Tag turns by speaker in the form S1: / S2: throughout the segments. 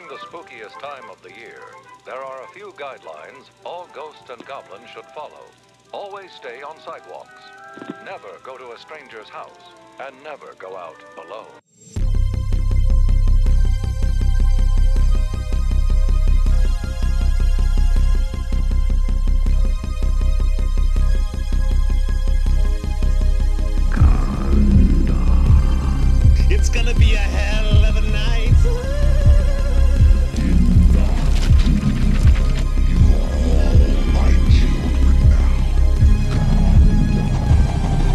S1: spookiest time of the year, there are a few guidelines all ghosts and goblins should follow. Always stay on sidewalks. Never go to a stranger's house. And never go out alone.
S2: It's gonna be a hell of a night.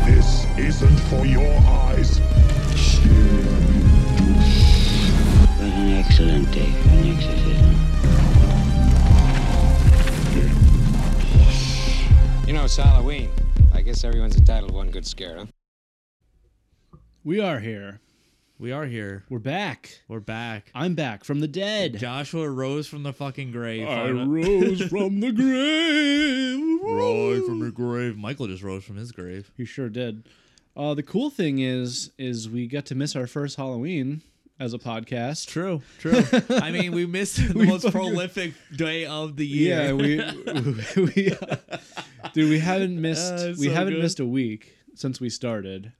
S3: This isn't for your eyes.
S4: An excellent day for an exorcism.
S5: You know, it's Halloween. I guess everyone's entitled to one good scare, huh?
S6: We are here.
S7: We are here.
S6: We're back.
S7: We're back.
S6: I'm back from the dead.
S7: Joshua rose from the fucking grave.
S3: I
S7: Find out-
S3: rose from the grave.
S7: Rose from the grave. Michael just rose from his grave.
S6: You sure did. Uh, the cool thing is, is we got to miss our first Halloween as a podcast.
S7: True. True. I mean, we missed the
S6: We
S7: most
S6: fucking-
S7: prolific day of the year.
S6: Yeah, we, we dude, we haven't missed
S7: Uh,
S6: we
S7: so
S6: haven't
S7: good.
S6: missed a week since we started.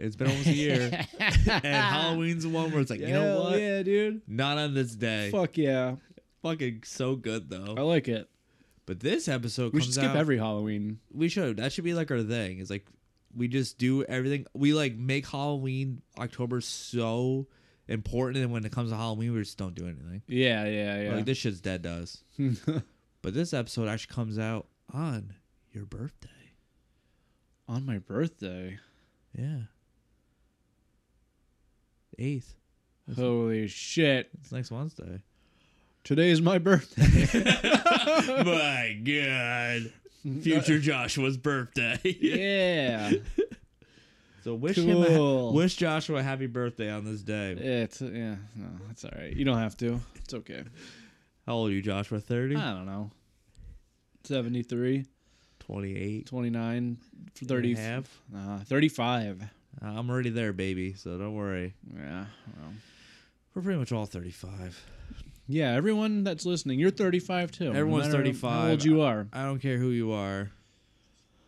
S7: It's been almost a year. and Halloween's the one where it's like, you know
S6: Hell
S7: what?
S6: Yeah, dude.
S7: Not on this day.
S6: Fuck yeah,
S7: Fucking so good
S6: I
S7: though.
S6: like it.
S7: But this episode
S6: We
S7: comes
S6: should skip
S7: out.
S6: every Halloween.
S7: we should. That should be like our thing. It's like we just do everything. We like make Halloween October so important, and when it comes to Halloween, we just don't do anything.
S6: Yeah, yeah, yeah.
S7: Like this shit's dead to us. but this episode actually comes out on your birthday.
S6: On my birthday.
S7: Yeah. Eighth.
S6: Holy shit!
S7: It's next Wednesday.
S6: Today's my birthday.
S7: My God. Future Joshua's birthday.
S6: yeah.
S7: so wish him a ha-
S6: Cool.
S7: wish Joshua a happy birthday on this day.
S6: It's yeah, no, it's all right. You don't have to. It's okay.
S7: How old are you, Joshua? 30?
S6: I don't know. 73,
S7: 28?
S6: 29,
S7: and
S6: 30,
S7: a half? Uh,
S6: uh, 35.
S7: I'm already there, baby, so don't worry.
S6: Yeah. well.
S7: We're pretty much all 35.
S6: Yeah, everyone that's listening, you're 35 too. no
S7: Everyone's
S6: matter
S7: 35.
S6: How old you are.
S7: I don't care who you are.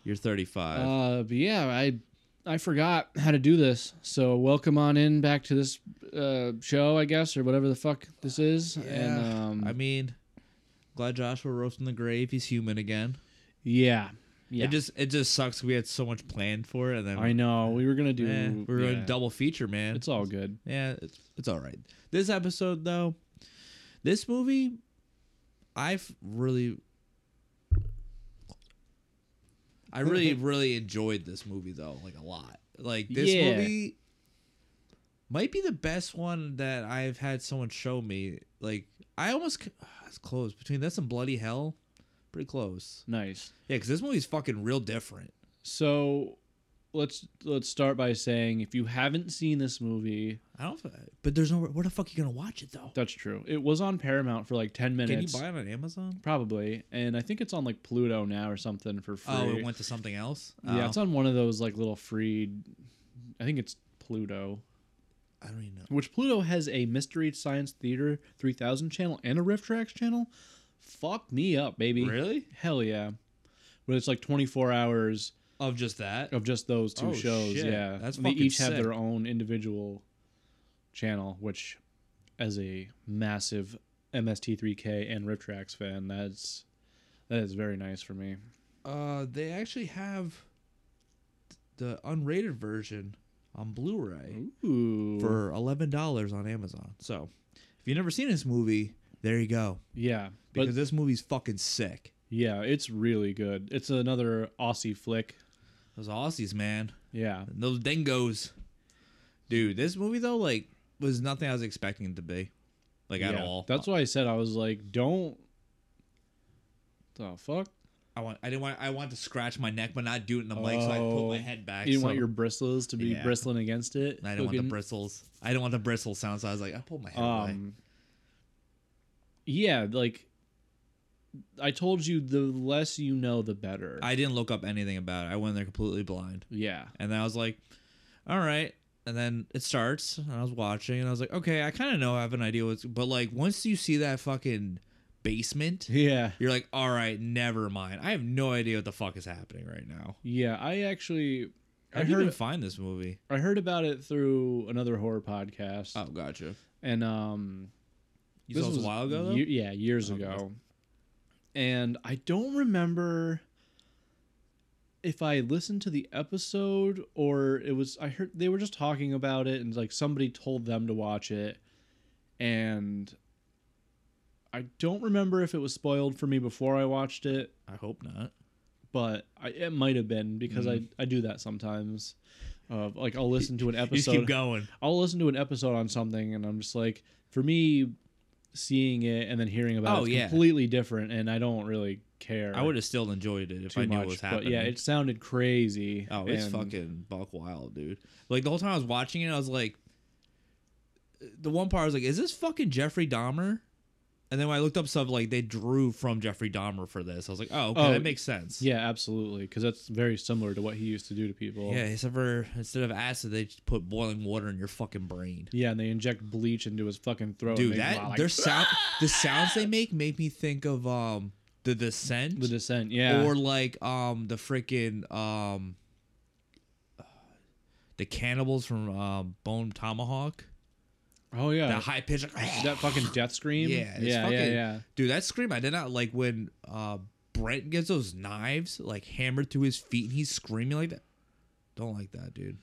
S7: You're 35.
S6: Uh, but yeah, I I forgot how to do this. So welcome on in back to this uh, show, I guess, or whatever the fuck this is. And um,
S7: I mean, glad Joshua rose from the grave. He's human again.
S6: yeah, yeah.
S7: It just it just sucks. We had so much planned for it, and then
S6: I know we were gonna do.
S7: Eh, we were
S6: yeah.
S7: going double feature, man.
S6: It's all good.
S7: yeah, it's, it's all right. This episode though, this movie, I've really, I really really enjoyed this movie though, like a lot. Like this
S6: Yeah.
S7: movie might be the best one that I've had someone show me. Like I almost c- it's close between this and Bloody Hell, pretty close.
S6: Nice.
S7: Yeah, because this movie's fucking real different.
S6: So let's let's start by saying if you haven't seen this movie,
S7: I don't. But there's no. Where the fuck are you gonna watch it though?
S6: that's true. It was on Paramount for like ten
S7: Can you
S6: minutes,
S7: buy it on Amazon?
S6: probably, and I think it's on like Pluto now or something for free.
S7: Oh, it went to something else.
S6: yeah,
S7: Oh.
S6: it's on one of those like little free. I think it's Pluto,
S7: I don't even know.
S6: which Pluto has a Mystery Science Theater three thousand channel and a Rift Tracks channel. Fuck me up, baby.
S7: Really?
S6: Hell yeah. But it's like twenty four hours
S7: Of just that?
S6: of just those two
S7: Oh,
S6: shows.
S7: shit.
S6: Yeah,
S7: That's
S6: And they
S7: fucking
S6: each have
S7: sick.
S6: their own individual channel, which, as a massive MST3K and Rip Tracks fan, that's that is very nice for me.
S7: Uh, they actually have the unrated version on Blu-ray
S6: Ooh,
S7: for eleven dollars on Amazon. So, if you've never seen this movie, there you go.
S6: yeah, but
S7: Because this movie's fucking sick.
S6: yeah, it's really good. It's another Aussie flick.
S7: Those Aussies, man.
S6: Yeah,
S7: And those dingoes. Dude, this movie though, like, was nothing I was expecting it to be. Like at
S6: Yeah.
S7: all.
S6: That's why I said I was like, don't. The fuck!
S7: I want I didn't want I want to scratch my neck but not do it in the mic so I put
S6: Oh.
S7: my head back.
S6: You didn't
S7: so-
S6: want your bristles to be
S7: Yeah.
S6: bristling against it.
S7: And I didn't want the
S6: Fucking-
S7: bristles. I didn't want the bristle sound, so I was like, I pulled my head away.
S6: um yeah like i told you the less you know the better
S7: I didn't look up anything about it. I went there completely blind.
S6: yeah
S7: And then I was like, all right, and then it starts and i was watching and i was like okay i kind of know i have an idea what's but like once you see that fucking basement
S6: Yeah.
S7: you're like all right never mind i have no idea what the fuck is happening right now
S6: Yeah, I actually
S7: i
S6: I
S7: didn't even
S6: heard
S7: find this movie
S6: I heard about it through another horror podcast.
S7: oh gotcha
S6: And um
S7: you saw this a while ago though?
S6: ye- yeah, years
S7: Okay.
S6: ago. Oh, And I don't remember if I listened to the episode or it was I heard they were just talking about it and like somebody told them to watch it and I don't remember if it was spoiled for me before I watched it
S7: i hope not
S6: but I, it might have been because I, I do that sometimes. Of like I'll listen to an
S7: you just keep
S6: episode.
S7: going
S6: I'll listen to an episode on something, and I'm just like, for me, seeing it and then hearing about
S7: Oh,
S6: it's
S7: yeah.
S6: completely different, and I don't really care.
S7: i would have still enjoyed it if
S6: too
S7: i knew
S6: much,
S7: what was
S6: but
S7: happening
S6: yeah, it sounded crazy.
S7: Oh, it's
S6: and-
S7: fucking buck wild, dude. Like the whole time I was watching it, I was like, the one part I was like, is this fucking Jeffrey Dahmer? And then when I looked up stuff, like they drew from Jeffrey Dahmer for this. I was like, oh, okay,
S6: Oh,
S7: that makes sense.
S6: Yeah, absolutely, because that's very similar to what he used to do to people.
S7: Yeah, except for instead of acid, they just put boiling water in your fucking brain.
S6: Yeah, and they inject bleach into his fucking throat. and
S7: Dude,
S6: make him
S7: that
S6: like,
S7: their sound, the sounds they make make me think of um the descent,
S6: the descent. Yeah,
S7: or like um the freaking um uh, the cannibals from um, Bone Tomahawk.
S6: oh yeah,
S7: that high pitch,
S6: that fucking death scream.
S7: yeah, it's
S6: yeah,
S7: fucking,
S6: yeah, yeah.
S7: dude. That scream I did not like when uh Brent gets those knives like hammered through his feet and he's screaming like that. Don't like that, dude.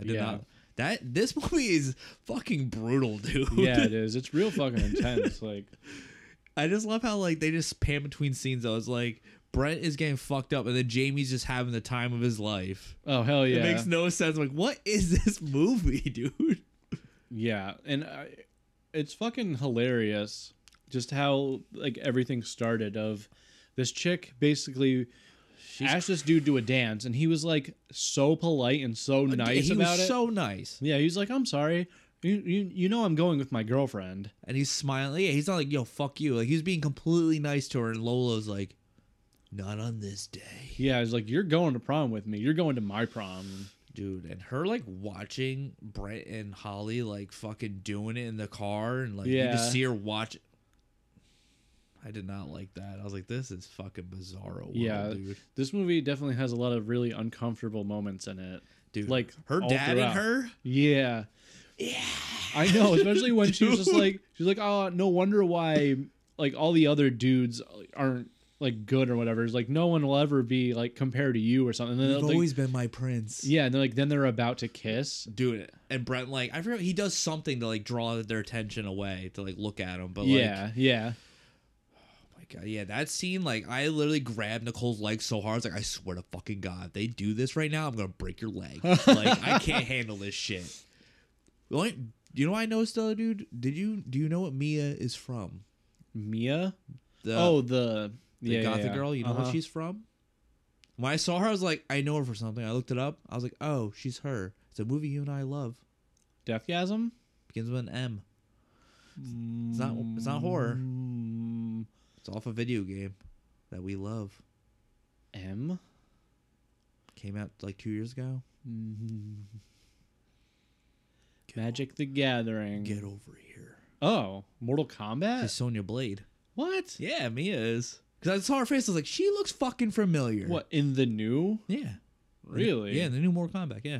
S7: I did
S6: Yeah.
S7: not. That this movie is fucking brutal, dude.
S6: yeah, it is. It's real fucking intense. Like,
S7: I just love how like they just pan between scenes. I was like, Brent is getting fucked up, and then Jamie's just having the time of his life.
S6: oh hell yeah,
S7: It makes no sense. I'm like, what is this movie, dude?
S6: yeah, and I, it's fucking hilarious just how like everything started. Of this chick basically asked this dude to a dance, and he was like so polite and so nice
S7: Uh, he
S6: about
S7: was
S6: it.
S7: so nice.
S6: yeah, he was like, "I'm sorry, you, you you know I'm going with my girlfriend."
S7: and he's smiling. Yeah, he's not like, yo, fuck you. Like he's being completely nice to her, and Lolo's like, not on this day.
S6: Yeah, he's like, "You're going to prom with me. You're going to my prom."
S7: Dude, and her like watching Brett and Holly like fucking doing it in the car and like you
S6: Yeah.
S7: just see her watch I did not like that. I was like, this is fucking bizarro world,
S6: yeah,
S7: dude.
S6: this movie definitely has a lot of really uncomfortable moments in it.
S7: Dude,
S6: like,
S7: her
S6: all
S7: dad
S6: throughout.
S7: and her?
S6: Yeah. Yeah. I know, especially when she was just like she's like, "Oh, no wonder why like all the other dudes aren't like good or whatever." It's like no one will ever be like compared to you or something. And then,
S7: You've
S6: like,
S7: always been my prince.
S6: yeah, and they're like then they're about to kiss.
S7: Dude, and Brett like I forgot he does something to like draw their attention away to like look at him, but like
S6: yeah, yeah.
S7: my god, yeah, that scene, like I literally grabbed Nicole's leg so hard, I was like, I swear to fucking god, if they do this right now, I'm gonna break your leg. like I can't handle this shit. The only- you know what I noticed though, dude? Did you do you know what Mia is from?
S6: Mia?
S7: The,
S6: oh, the
S7: the
S6: yeah, yeah,
S7: gothic
S6: yeah.
S7: girl, you know
S6: Uh-huh.
S7: what she's from? When I saw her, I was like, I know her for something. I looked it up. I was like, oh, she's her. It's a movie you and I love.
S6: Deathgasm?
S7: Begins with an M. It's not it's not horror.
S6: Mm,
S7: It's off a video game that we love.
S6: M?
S7: Came out like two years ago.
S6: Magic the Gathering.
S7: Get over here.
S6: oh, Mortal Kombat?
S7: It's Sonya Blade.
S6: what?
S7: Yeah, Mia is. Because I saw her face. I was like, she looks fucking familiar.
S6: What in the new?
S7: Yeah.
S6: Really?
S7: Yeah, in the new Mortal Kombat. Yeah.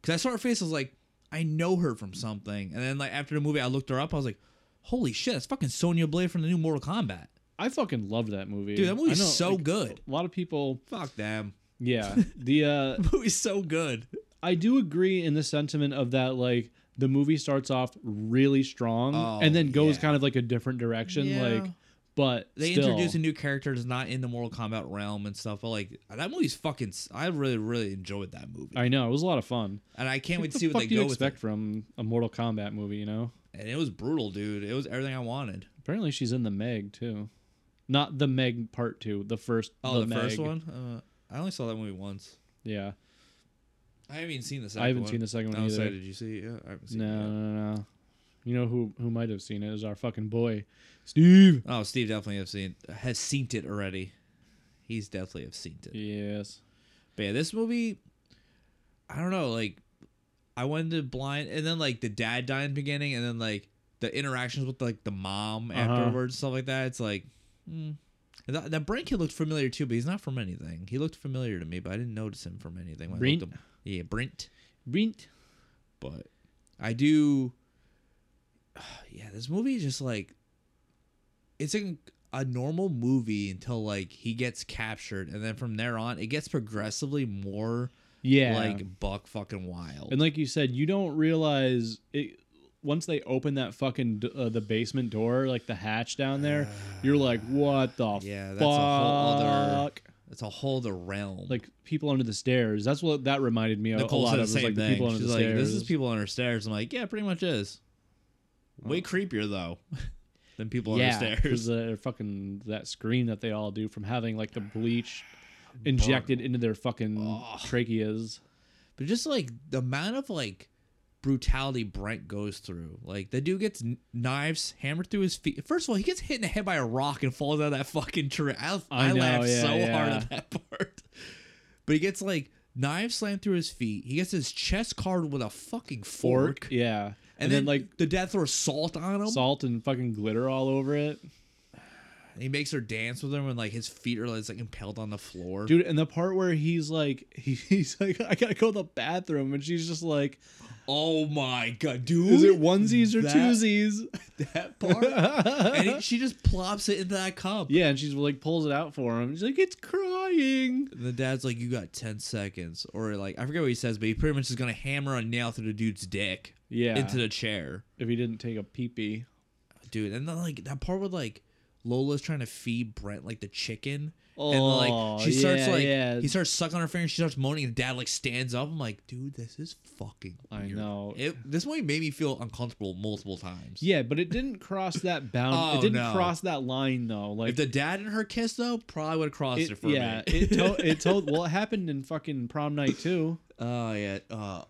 S7: Because I saw her face. I was like, I know her from something. And then like after the movie, I looked her up. I was like, holy shit, that's fucking Sonya Blade from the new Mortal Kombat.
S6: I fucking loved that movie.
S7: Dude, that movie's
S6: I know,
S7: so
S6: like,
S7: good.
S6: A lot of people,
S7: Fuck them.
S6: yeah. The uh
S7: The movie's so good.
S6: I do agree in the sentiment of that like the movie starts off really strong
S7: Oh,
S6: and then goes
S7: yeah.
S6: kind of like a different direction
S7: Yeah.
S6: like but
S7: They
S6: still,
S7: introduce a new character that's not in the Mortal Kombat realm and stuff. But like that movie's fucking. s- I really, really enjoyed that movie.
S6: I know, it was a lot of fun.
S7: and I can't wait
S6: the
S7: to see what
S6: fuck
S7: they
S6: do you
S7: go with
S6: expect
S7: it.
S6: from a Mortal Kombat movie, you know?
S7: And it was brutal, dude. It was everything I wanted.
S6: Apparently she's in the Meg too. Not the Meg part 2, the first
S7: Oh, the, first
S6: Meg.
S7: one. Uh, I only saw that movie once.
S6: Yeah.
S7: I haven't even seen the second.
S6: I haven't
S7: one.
S6: seen the second one
S7: Oh,
S6: either.
S7: sorry, did you see? it? Yeah, I haven't seen
S6: No,
S7: it. yet.
S6: no, no. You know who who might have seen it is our fucking boy, Steve.
S7: Oh, Steve definitely have seen has seen it already. He's definitely have seen it.
S6: Yes.
S7: But yeah, this movie, I don't know. Like, I went to blind, and then like the dad died in the beginning, and then like the interactions with like the mom afterwards, stuff like that. It's like, mm. And that, that brain kid looked familiar too, but he's not from anything. He looked familiar to me, but I didn't notice him from anything. When I
S6: Brint?
S7: looked him. Yeah, Brint.
S6: Brint.
S7: But I do. Yeah, this movie is just like it's a, a normal movie until like he gets captured, and then from there on, it gets progressively more
S6: Yeah.
S7: like buck fucking wild.
S6: and like you said, you don't realize it once they open that fucking d- uh, the basement door, like the hatch down there. you're like, what the
S7: Yeah, that's
S6: fuck?
S7: a whole other- It's a whole other realm.
S6: like people under the stairs. That's what that reminded me of. a
S7: Nicole
S6: lot
S7: said
S6: of
S7: the
S6: was
S7: same
S6: like the
S7: thing.
S6: people under
S7: She's
S6: the
S7: like,
S6: stairs.
S7: "This is people on her stairs." I'm like, "Yeah, pretty much is." Way creepier though than people
S6: yeah,
S7: on her stairs.
S6: the fucking that scream that they all do from having like the bleach injected into their fucking tracheas.
S7: But just like the amount of like brutality Brent goes through, like the dude gets kn- knives hammered through his feet. First of all, he gets hit in the head by a rock and falls out of that fucking tree. I, I,
S6: I know,
S7: laughed
S6: yeah,
S7: so
S6: yeah.
S7: hard at that part. But he gets like knives slammed through his feet. He gets his chest carded with a fucking fork.
S6: Fork, yeah, and,
S7: And,
S6: then, like
S7: the dad throws salt on him.
S6: salt and fucking glitter all over it,
S7: And he makes her dance with him, and like his feet are like impaled on the floor.
S6: dude. And the part where he's like, he, he's like, I gotta go to the bathroom, and she's just like,
S7: Oh my god, dude!
S6: Is it onesies or
S7: that-
S6: twosies?
S7: That part, and he- she just plops it into that cup.
S6: Yeah, and she's like pulls it out for him. She's like, it's crying.
S7: And the dad's like, "You got ten seconds," or like I forget what he says, but he pretty much is gonna hammer a nail through the dude's dick
S6: Yeah,
S7: into the chair,
S6: if he didn't take a pee pee.
S7: dude. And then like that part with like Lola's trying to feed Brent like the chicken, and like
S6: Oh,
S7: she starts
S6: yeah,
S7: like
S6: yeah.
S7: he starts sucking on her finger, and she starts moaning, and dad like stands up. I'm like, dude, this is fucking.
S6: I
S7: weird."
S6: know.
S7: It, this movie made me feel uncomfortable multiple times.
S6: Yeah, but it didn't cross that bound.
S7: Oh,
S6: it didn't
S7: no.
S6: cross that line though. Like
S7: If the dad and her kiss though, probably would have crossed it,
S6: it,
S7: for
S6: yeah,
S7: me.
S6: it to- it told. Well, it happened in fucking prom night too.
S7: oh yeah. Uh,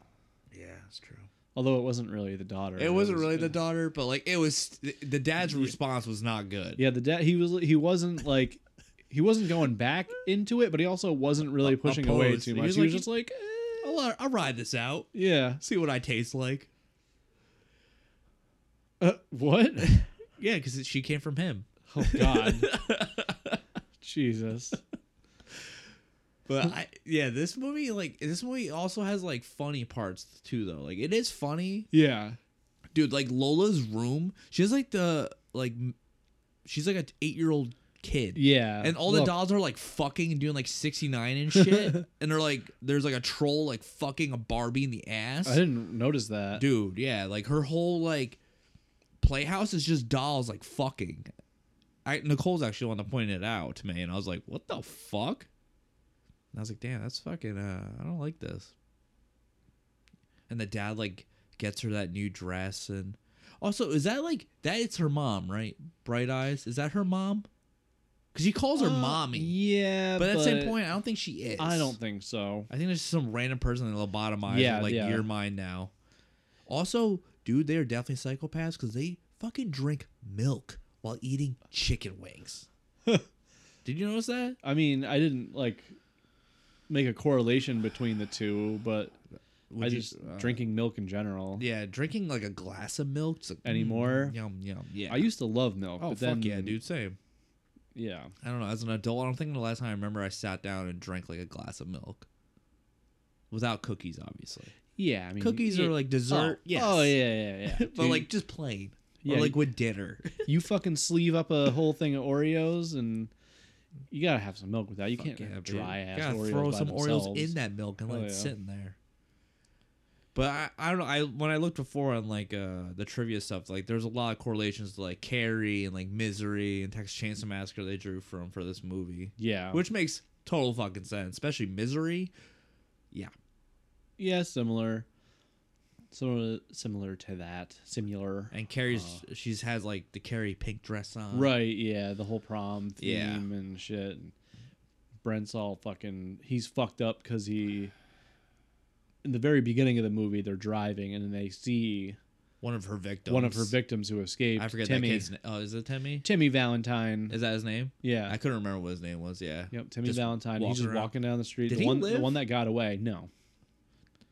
S7: yeah, it's true.
S6: Although it wasn't really the daughter.
S7: It wasn't
S6: was- uh,
S7: really the daughter, but like it was the the dad's response was not good.
S6: Yeah, the dad. He was. He wasn't like. He wasn't going back into it, but he also wasn't really pushing away
S7: Opposed.
S6: too
S7: He
S6: much.
S7: was
S6: He was
S7: like-
S6: just like, eh,
S7: I'll, I'll ride this out.
S6: yeah.
S7: See what I taste like.
S6: Uh, what?
S7: Yeah, because she came from him.
S6: Oh God. Jesus.
S7: But I yeah, this movie like this movie also has like funny parts too though. Like it is funny,
S6: Yeah.
S7: dude. Like Lola's room, she has like the like m- she's like an eight year old kid.
S6: Yeah.
S7: And all the
S6: Look,
S7: dolls are like fucking and doing like 69 and shit. and they're like, there's like a troll like fucking a Barbie in the ass.
S6: I didn't notice that.
S7: Dude, yeah. Like her whole like playhouse is just dolls like fucking. I Nicole's actually one to point it out to me. And I was like, what the fuck? And I was like, damn, that's fucking, uh, I don't like this. And the dad like gets her that new dress. And also, is that like, that it's her mom, right? Bright Eyes. Is that her mom? Because he calls her mommy.
S6: Uh, Yeah,
S7: But at the same point, I don't think she is.
S6: I don't think so.
S7: I think there's some random person that lobotomized.
S6: Yeah,
S7: Yeah, like
S6: yeah.
S7: you're mine now. Also, dude, they are definitely psychopaths because they fucking drink milk while eating chicken wings. Did you notice that?
S6: I mean, I didn't like make a correlation between the two, but
S7: Would
S6: I
S7: you-
S6: just
S7: uh,
S6: drinking milk in general.
S7: Yeah, drinking like a glass of milk it's like, mm,
S6: Anymore?
S7: yum yum. Yeah.
S6: I used to love milk,
S7: Oh
S6: but
S7: fuck
S6: then
S7: yeah, dude. Same.
S6: Yeah,
S7: I don't know. As an adult, I don't think the last time I remember I sat down and drank like a glass of milk. Without cookies, obviously.
S6: yeah. I mean,
S7: Cookies
S6: yeah.
S7: are like dessert.
S6: Oh,
S7: yes.
S6: Oh yeah, yeah, yeah.
S7: But like just plain.
S6: Yeah,
S7: or like
S6: you-
S7: with dinner.
S6: you fucking sleeve up a whole thing of Oreos, and you gotta have some milk with that. You can't
S7: Yeah,
S6: have
S7: dude.
S6: dry ass
S7: Gotta
S6: Oreos.
S7: Throw
S6: by
S7: some
S6: themselves.
S7: Oreos in that milk and
S6: Oh,
S7: let it
S6: yeah.
S7: sit in there. But I, I don't know. I when I looked before on like uh the trivia stuff, like there's a lot of correlations to like Carrie and like Misery and Texas Chainsaw Massacre they drew from for this movie,
S6: Yeah,
S7: which makes total fucking sense, especially Misery. Yeah,
S6: yeah, similar, similar, similar to that, similar.
S7: and Carrie's she's has like the Carrie pink dress on.
S6: Uh. Right, yeah, the whole prom theme
S7: Yeah.
S6: and shit. And Brent's all fucking. He's fucked up because he. In the very beginning of the movie, they're driving and they see
S7: One of her victims.
S6: one of her victims who escaped.
S7: I forget
S6: Timmy.
S7: that kid's name. Oh, is it Timmy?
S6: Timmy Valentine.
S7: Is that his name?
S6: yeah.
S7: I couldn't remember what his name was. Yeah.
S6: yep. Timmy
S7: Just
S6: Valentine. He's
S7: walking
S6: just
S7: around.
S6: walking down the street.
S7: Did
S6: the
S7: he
S6: one, the
S7: live?
S6: one that got away. No.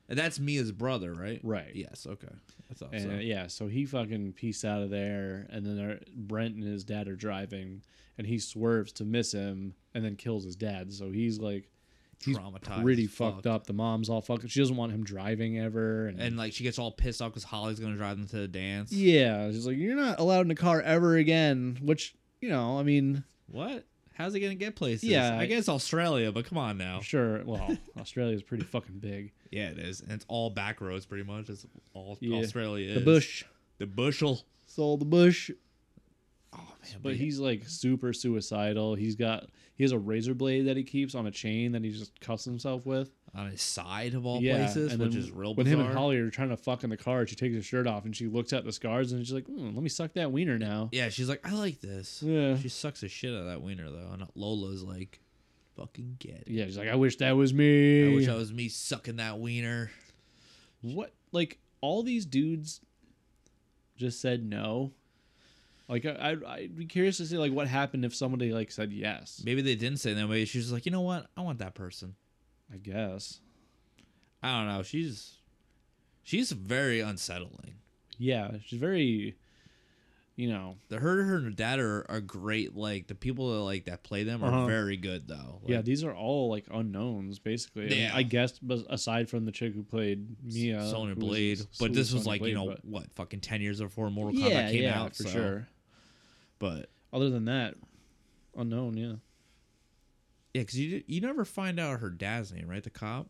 S7: And that's Mia's brother, right?
S6: Right.
S7: Yes. Okay. I thought
S6: And
S7: so.
S6: uh, yeah, so he fucking pieced out of there, and then there- Brent and his dad are driving, and he swerves to miss him, and then kills his dad. So he's like, he's
S7: Traumatized
S6: pretty
S7: as
S6: fucked
S7: fuck.
S6: up. The mom's all fucked. She doesn't want him driving ever, and,
S7: And like she gets all pissed off because Holly's gonna drive them to the dance.
S6: yeah, she's like, you're not allowed in the car ever again. Which you know, I mean,
S7: What? How's he gonna get places?
S6: Yeah,
S7: I
S6: I-
S7: guess Australia, but come on now.
S6: sure. Well, Australia's pretty fucking big.
S7: Yeah, it is, and it's all back roads pretty much. It's all
S6: Yeah.
S7: Australia.
S6: The
S7: is.
S6: bush,
S7: The bushel.
S6: it's all the bush.
S7: Oh man,
S6: But he's like super suicidal. He's got he has a razor blade that he keeps on a chain that he just cuts himself with.
S7: on his side of all
S6: Yeah,
S7: places,
S6: and
S7: which
S6: then
S7: is real
S6: When
S7: bizarre.
S6: him and Holly are trying to fuck in the car, she takes her shirt off and she looks at the scars and she's like, mm, "Let me suck that wiener now."
S7: yeah, she's like, I like this.
S6: Yeah.
S7: She sucks the shit out of that wiener though, and Lola's like, fucking get it.
S6: Yeah, she's like, "I wish that was me."
S7: I wish I was me sucking that wiener.
S6: what? Like all these dudes just said no. Like I, I, I'd be curious to see like what happened if somebody like said yes.
S7: Maybe they didn't say that. Maybe she was just like, you know what? I want that person.
S6: I guess.
S7: I don't know. She's she's very unsettling.
S6: Yeah, she's very, you know,
S7: The her her dad are, are great. Like the people that like that play them are
S6: Uh-huh.
S7: very good though.
S6: yeah.
S7: Like,
S6: These are all like unknowns basically. I mean,
S7: Yeah.
S6: I, guess, but aside from the chick who played Mia,
S7: Sonya
S6: who was-
S7: Blade. But
S6: who
S7: this was
S6: Sonya
S7: like
S6: Blade,
S7: you know
S6: but-
S7: what fucking ten years before Mortal Kombat came out
S6: for
S7: so-
S6: sure.
S7: But
S6: Other than that, unknown. Yeah,
S7: yeah, because you you never find out her dad's name, right? The cop.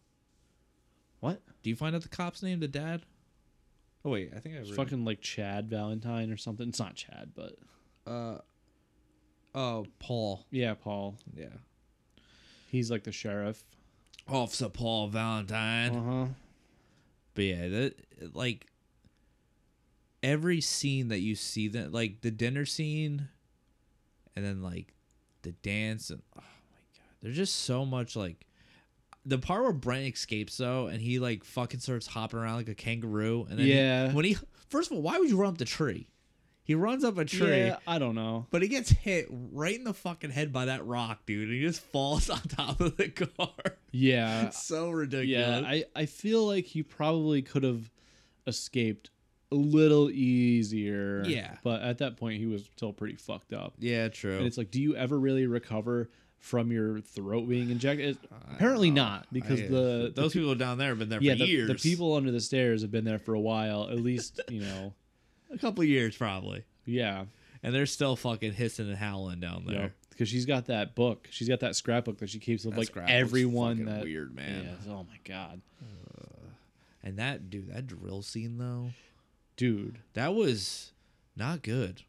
S6: What?
S7: Do you find out the cop's name? The dad. Oh wait, I think I
S6: it's
S7: read.
S6: fucking like Chad Valentine or something. It's not Chad, but
S7: oh Paul.
S6: yeah, Paul.
S7: Yeah.
S6: He's like the sheriff. Uh-huh.
S7: Officer Paul Valentine.
S6: huh.
S7: But yeah, that like every scene that you see that like the dinner scene and then like the dance and oh my god. There's just so much like the part where Brent escapes though and he like fucking starts hopping around like a kangaroo and then he-
S6: Yeah.
S7: when he first of all, why would you run up the tree? He runs up a tree.
S6: Yeah, I don't know.
S7: But he gets hit right in the fucking head by that rock, dude. And he just falls on top of the car.
S6: Yeah,
S7: so ridiculous.
S6: yeah. I I feel like he probably could have escaped a little easier.
S7: Yeah.
S6: but at that point he was still pretty fucked up.
S7: yeah, true.
S6: And it's like, do you ever really recover from your throat being injected? It- apparently not, because
S7: I-
S6: the the
S7: those people down there have been there
S6: yeah,
S7: for
S6: the,
S7: years.
S6: the people under the stairs have been there for a while, at least, you know.
S7: a couple years probably,
S6: Yeah.
S7: and they're still fucking hissing and howling down there.
S6: Because she's got that book. She's got that scrapbook that she keeps of
S7: That
S6: like
S7: scrapbook's
S6: everyone
S7: fucking
S6: that.
S7: weird, man.
S6: Yeah, oh my God.
S7: And that dude, that drill scene though,
S6: Dude.
S7: that was not good.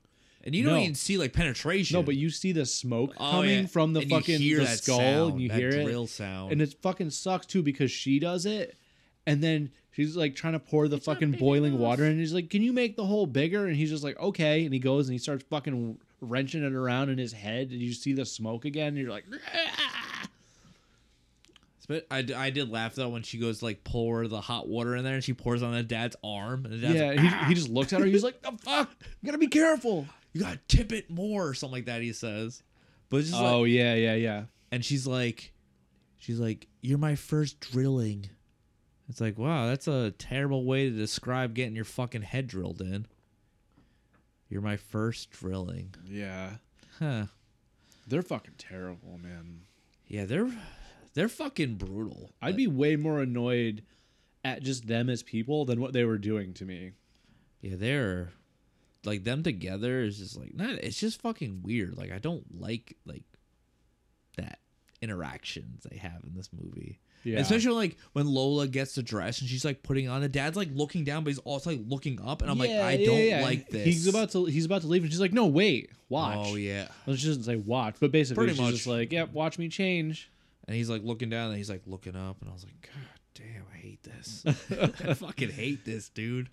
S7: And you don't
S6: No.
S7: even see like penetration.
S6: No, but you see the smoke
S7: Oh,
S6: coming
S7: yeah.
S6: from the
S7: And you
S6: fucking
S7: hear
S6: the
S7: that
S6: skull
S7: sound,
S6: and you
S7: that
S6: hear it.
S7: drill sound.
S6: And it fucking sucks too because she does it. And then she's like trying to pour the fucking boiling water in. And he's like, Can you make the hole bigger? And he's just like, Okay. And he goes and he starts fucking wrenching it around in his head. And you see the smoke again. And you're like, "Ah!"
S7: But I, d- I did laugh though when she goes like pour the hot water in there and she pours on the dad's arm. And the dad's
S6: Yeah,
S7: like,
S6: he, he just looks at her. He's like, "The fuck! You gotta be careful."
S7: you gotta tip it more or something like that. He says, but it's just
S6: Oh
S7: like,
S6: yeah, yeah, yeah.
S7: and she's like, she's like, you're my first drilling. It's like wow, that's a terrible way to describe getting your fucking head drilled in. You're my first drilling,
S6: Yeah,
S7: huh?
S6: they're fucking terrible, man.
S7: Yeah, they're they're fucking brutal.
S6: I'd be way more annoyed at just them as people than what they were doing to me.
S7: Yeah, they're like them together is just like not. It's just fucking weird. Like I don't like like that interactions they have in this movie.
S6: Yeah.
S7: Especially like when Lola gets the dress and she's like putting it on. The dad's like looking down, but he's also like looking up, and I'm like,
S6: Yeah,
S7: I
S6: yeah,
S7: don't
S6: yeah.
S7: like this.
S6: He's about to he's about to leave, and she's like, "No, wait, watch."
S7: Oh yeah,
S6: Well, she doesn't say watch, but basically
S7: Pretty
S6: she's just
S7: much.
S6: like, "Yep, watch me change."
S7: and he's like looking down, and he's like looking up, and I was like, God damn, I hate this. I fucking hate this, dude.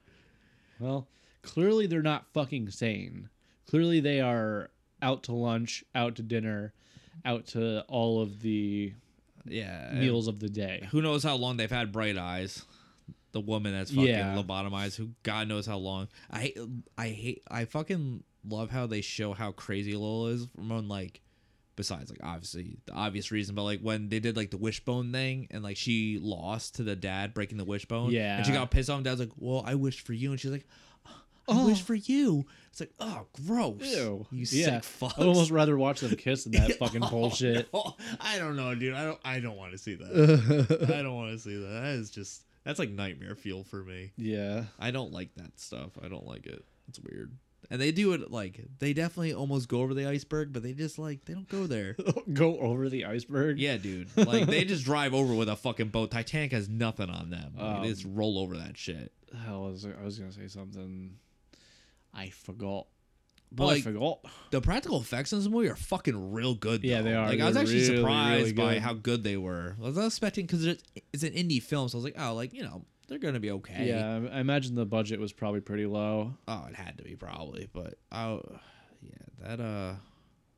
S6: Well, clearly they're not fucking sane. Clearly they are out to lunch, out to dinner, out to all of the
S7: Yeah,
S6: meals of the day.
S7: who knows how long they've had bright eyes the woman that's fucking
S6: Yeah.
S7: lobotomized who god knows how long i i hate i fucking love how they show how crazy lola is from when like Besides, like obviously the obvious reason, but like when they did like the wishbone thing and like she lost to the dad breaking the wishbone, and she
S6: Yeah.
S7: got pissed off. And dad's like, "Well, I wished for you," and she's like, "I wish for you." It's like, oh, gross.
S6: Oh. Ew.
S7: You
S6: yeah.
S7: sick Oh, fuck.
S6: I'd almost rather watch them kiss than that fucking bullshit.
S7: I don't know, dude. I don't. I don't want to see that. I don't want to see that. That is just. That's like nightmare fuel for me.
S6: Yeah.
S7: I don't like that stuff. I don't like it. It's weird. And they do it like they definitely almost go over the iceberg, but they just like they don't go there.
S6: Go over the iceberg.
S7: yeah, dude. Like they just drive over with a fucking boat. Titanic has nothing on them. Like, they
S6: Um,
S7: just roll over that shit.
S6: Hell, I was, I was gonna say something. I forgot.
S7: But
S6: oh, I
S7: like
S6: forgot.
S7: the practical effects in this movie are fucking real good.
S6: Yeah,
S7: though.
S6: they are.
S7: Like I was
S6: They're
S7: actually
S6: really,
S7: surprised
S6: really
S7: by
S6: good.
S7: how good they were. I was not expecting because it's, it's an indie film, so I was like, oh, like you know they're gonna be okay.
S6: Yeah, I I imagine the budget was probably pretty low.
S7: Oh, it had to be probably, but oh, yeah, that uh,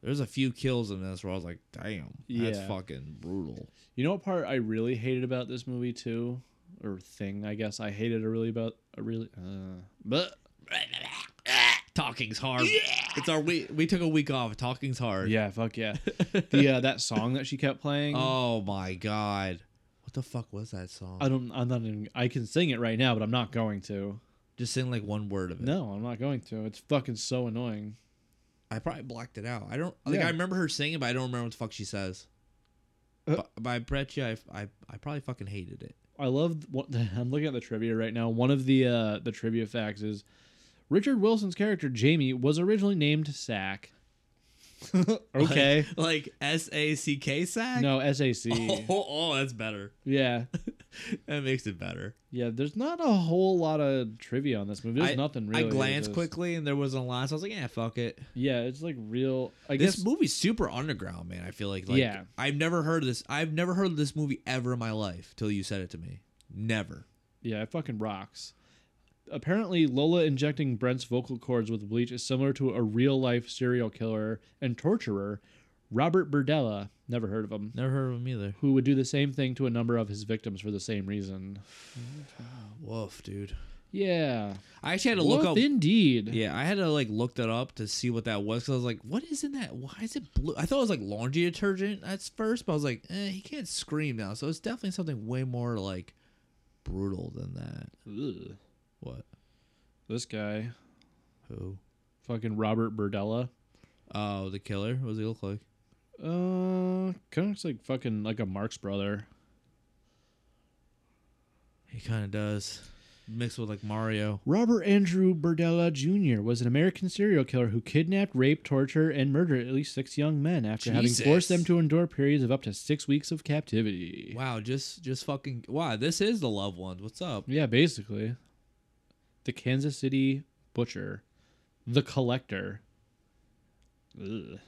S7: there's a few kills in this where I was like, damn, that's
S6: Yeah.
S7: fucking brutal.
S6: You know what part I really hated about this movie too, or thing I guess I hated a really about a really. Uh, but
S7: Talking's hard. It's our we we took a week off. Talking's hard.
S6: yeah, fuck yeah. the uh, that song that she kept playing.
S7: Oh my god, what the fuck was that song?
S6: I don't. I'm not. Even, I can sing it right now, but I'm not going to.
S7: Just sing like one word of it.
S6: No, I'm not going to. It's fucking so annoying.
S7: I probably blacked it out. I don't like.
S6: Yeah.
S7: I remember her singing, but I don't remember what the fuck she says.
S6: Uh.
S7: but, but I bet you, I, I I probably fucking hated it.
S6: I love what I'm looking at the trivia right now. One of the uh, the trivia facts is Richard Wilson's character Jamie was originally named Sack. okay.
S7: Like S A C K sack.
S6: No, SAC.
S7: Oh, oh, oh, that's better.
S6: Yeah.
S7: That makes it better.
S6: Yeah, there's not a whole lot of trivia on this movie. There's
S7: I,
S6: nothing really.
S7: I
S6: It's
S7: glanced
S6: just-
S7: quickly and there wasn't a lot, so I was like, yeah, fuck it.
S6: Yeah, it's like real. I
S7: This
S6: guess.
S7: movie's super underground, man. I feel like, like
S6: Yeah.
S7: I've never heard of this. I've never heard of this movie ever in my life till you said it to me. Never.
S6: yeah, it fucking rocks. Apparently, Lola injecting Brent's vocal cords with bleach is similar to a real life serial killer and torturer, Robert Burdella. Never heard of him.
S7: Never heard of him either.
S6: Who would do the same thing to a number of his victims for the same reason?
S7: Woof, dude.
S6: Yeah.
S7: I actually had to
S6: Woof
S7: look up.
S6: indeed.
S7: Yeah, I had to like look that up to see what that was because I was like, what is in that? Why is it blue? I thought it was like laundry detergent at first, but I was like, eh, he can't scream now, so it's definitely something way more like brutal than that.
S6: Ugh.
S7: What?
S6: This guy,
S7: Who?
S6: fucking Robert Burdella.
S7: Oh, the killer. What does he look like?
S6: Uh, kind of looks like fucking like a Marx brother.
S7: He kind of does. Mixed with like Mario.
S6: Robert Andrew Burdella Jr. was an American serial killer who kidnapped, raped, tortured, and murdered at least six young men after
S7: Jesus.
S6: having forced them to endure periods of up to six weeks of captivity.
S7: Wow, just just fucking wow. This is the loved ones. What's up?
S6: Yeah, basically. The Kansas City Butcher. The Collector. Ugh.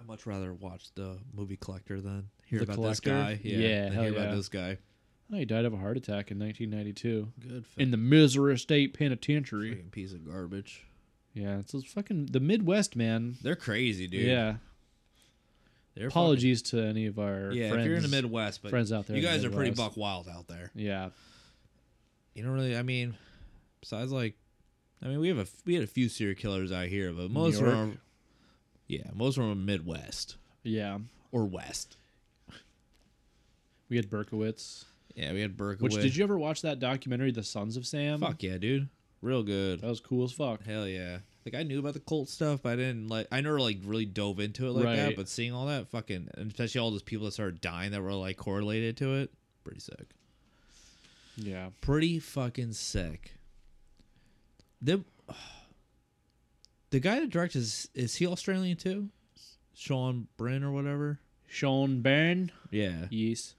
S7: I'd much rather watch the movie Collector than hear
S6: The
S7: about
S6: Collector?
S7: this guy. Yeah,
S6: Yeah,
S7: than
S6: hell
S7: hear about
S6: yeah.
S7: this guy.
S6: Oh, he died of a heart attack in 1992
S7: Good fucking
S6: in the Missouri State Penitentiary.
S7: piece of garbage.
S6: Yeah, it's those fucking the Midwest, man.
S7: They're crazy, dude.
S6: Yeah.
S7: They're
S6: Apologies to any of our
S7: fucking- yeah,
S6: friends.
S7: if you're in the Midwest, but
S6: friends out there
S7: you
S6: in the
S7: guys are pretty
S6: Midwest.
S7: buck wild out there.
S6: Yeah.
S7: You don't really. I mean, besides like, I mean, we have a we had a few serial killers out here, but most of
S6: York?
S7: them. Yeah, most of them are Midwest
S6: Yeah.
S7: or West.
S6: We had Berkowitz.
S7: Yeah, we had Berkowitz.
S6: Which did you ever watch that documentary, The Sons of Sam?
S7: Fuck yeah, dude. Real good.
S6: That was cool as fuck.
S7: Hell yeah. Like I knew about the cult stuff, but I didn't like I never like really dove into it like that,
S6: Right.
S7: but seeing all that fucking and especially all those people that started dying that were like correlated to it, pretty sick.
S6: Yeah.
S7: Pretty fucking sick. The The guy that directs is is he Australian too? Sean Bryn or whatever?
S6: Sean Byrne.
S7: Yeah.
S6: Yes.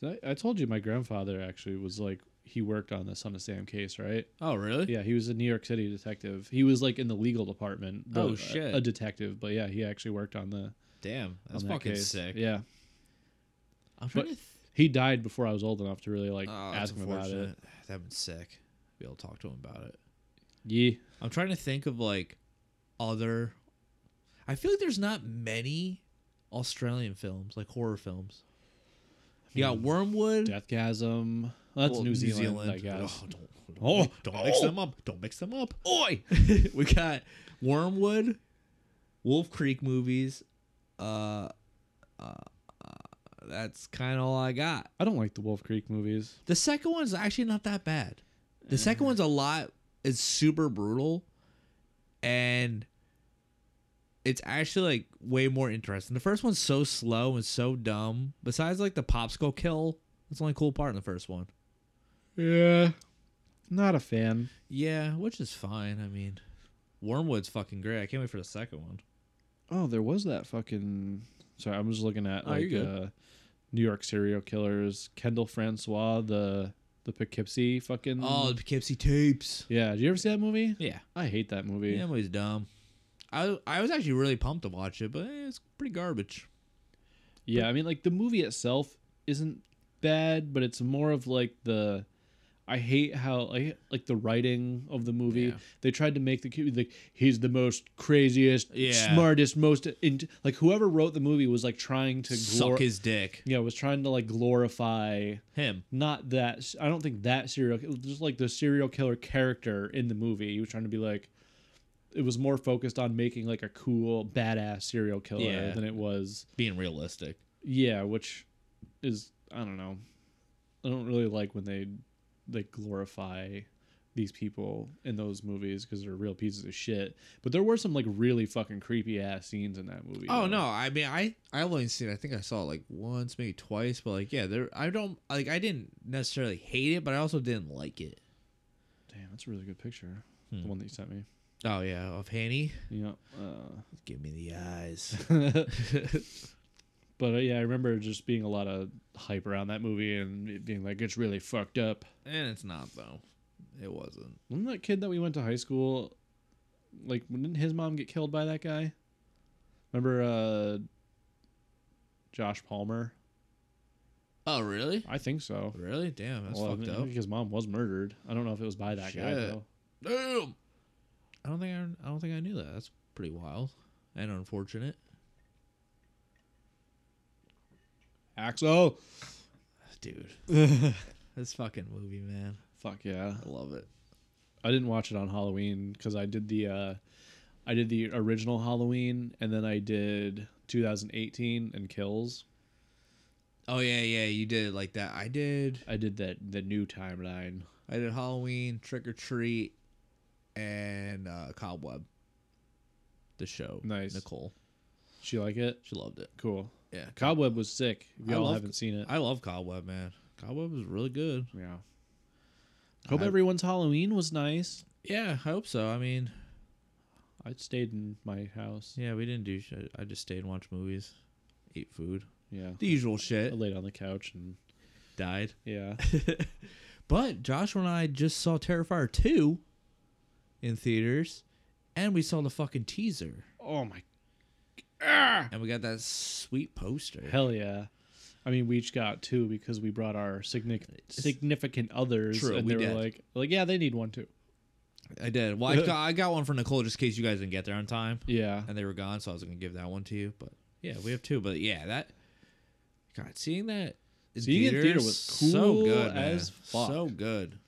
S6: So I, I told you my grandfather actually was like he worked on the Son of Sam case, right?
S7: Oh really?
S6: Yeah, he was a New York City detective. He was like in the legal department. but
S7: Oh,
S6: a-
S7: shit.
S6: A, detective, but yeah, he actually worked on the
S7: Damn. That's
S6: on that
S7: fucking
S6: case.
S7: sick.
S6: Yeah,
S7: I'm trying
S6: But-
S7: to th-
S6: he died before I was old enough to really like
S7: oh, that's
S6: ask him about it.
S7: unfortunate. That'd been sick. Be able to talk to him about it.
S6: Yeah,
S7: I'm trying to think of like other. I feel like there's not many Australian films like horror films. You got Wormwood.
S6: Deathgasm. Well, that's
S7: Well,
S6: New, Zealand, I guess.
S7: Oh, don't, don't,
S6: Oh,
S7: don't mix them up. Don't mix them up. Oi! we got Wormwood. Wolf Creek movies. Uh, uh, uh, that's kind of all I got.
S6: I don't like the Wolf Creek movies.
S7: The second one's actually not that bad. The second one's a lot. It's super brutal, and it's actually like way more interesting. The first one's so slow and so dumb. Besides, like the popsicle kill, that's the only cool part in the first one.
S6: Yeah. Not a fan.
S7: Yeah, which is fine. I mean, Wormwood's fucking great. I can't wait for the second one.
S6: Oh, there was that fucking. Sorry, I'm just looking at
S7: Oh, you're
S6: like
S7: good.
S6: uh, New York serial killers. Kendall Francois, the the Poughkeepsie fucking.
S7: Oh, the Poughkeepsie tapes.
S6: yeah. Did you ever see that movie?
S7: Yeah,
S6: I hate that movie.
S7: yeah, that movie's dumb. I I was actually really pumped to watch it, but eh, it's pretty garbage.
S6: Yeah, I mean, like the movie itself isn't bad, but it's more of like the I hate how like, like the writing of the movie.
S7: Yeah.
S6: They tried to make the kid like he's the most craziest,
S7: Yeah.
S6: smartest, most in, like whoever wrote the movie was like trying to
S7: Suck
S6: glor-
S7: his dick.
S6: yeah was trying to like glorify
S7: Him.
S6: not that I don't think that serial it was just like the serial killer character in the movie. He was trying to be like it was more focused on making like a cool badass serial killer
S7: Yeah.
S6: than it was
S7: being realistic.
S6: Yeah, which is I don't know. I don't really like when they they glorify these people in those movies because they're real pieces of shit. But there were some like really fucking creepy ass scenes in that movie.
S7: Oh
S6: though.
S7: no, I mean I I've only seen I think I saw it like once, maybe twice, but like yeah, there I don't like I didn't necessarily hate it, but I also didn't like it.
S6: damn, that's a really good picture. The one that you sent me.
S7: Oh yeah, of Hanny.
S6: Yeah. Uh,
S7: Give me the eyes.
S6: but uh, yeah, I remember just being a lot of hype around that movie and it being like it's really fucked up.
S7: and it's not though. It wasn't.
S6: Wasn't that kid that we went to high school like didn't his mom get killed by that guy? Remember uh Josh Palmer?
S7: Oh really?
S6: I think so.
S7: Really? Damn, that's
S6: Well, I
S7: fucked
S6: mean, I
S7: up.
S6: think his mom was murdered. I don't know if it was by that guy
S7: Shit.
S6: though.
S7: Damn. I don't think I, I don't think I knew that. That's pretty wild and unfortunate.
S6: Axel.
S7: Dude. this fucking movie, man.
S6: Fuck yeah.
S7: I love it.
S6: I didn't watch it on Halloween cuz I did the uh I did the original Halloween and then I did 2018 and Kills.
S7: Oh yeah, yeah, you did it like that. I did
S6: I did that the new timeline.
S7: I did Halloween, Trick or Treat, and uh, Cobweb. The show.
S6: Nice.
S7: Nicole.
S6: She like it?
S7: She loved it.
S6: Cool.
S7: Yeah.
S6: Cobweb was sick. If
S7: I
S6: y'all
S7: love-
S6: haven't seen it.
S7: I love Cobweb, man. Cobweb was really good.
S6: Yeah. Hope
S7: I-
S6: everyone's Halloween was nice.
S7: Yeah, I hope so. I mean,
S6: I stayed in my house.
S7: yeah, we didn't do shit. I just stayed and watched movies, ate food,
S6: Yeah.
S7: the usual
S6: I
S7: shit.
S6: laid on the couch and
S7: Died.
S6: yeah.
S7: But Joshua and I just saw Terrifier 2 in theaters, and we saw the fucking teaser.
S6: oh my
S7: And we got that sweet poster.
S6: hell yeah. I mean, we each got two because we brought our signic- significant others,
S7: True,
S6: and
S7: we
S6: they were
S7: did.
S6: like, like yeah, they need one too.
S7: I did. Well, I got, I got one for Nicole just in case you guys didn't get there on time.
S6: Yeah.
S7: and they were gone, so I was gonna give that one to you. But yeah, we have two. But yeah, that God, seeing that in
S6: Seeing it in
S7: theaters,
S6: theater was
S7: so
S6: cool
S7: good, man.
S6: as fuck.
S7: So good.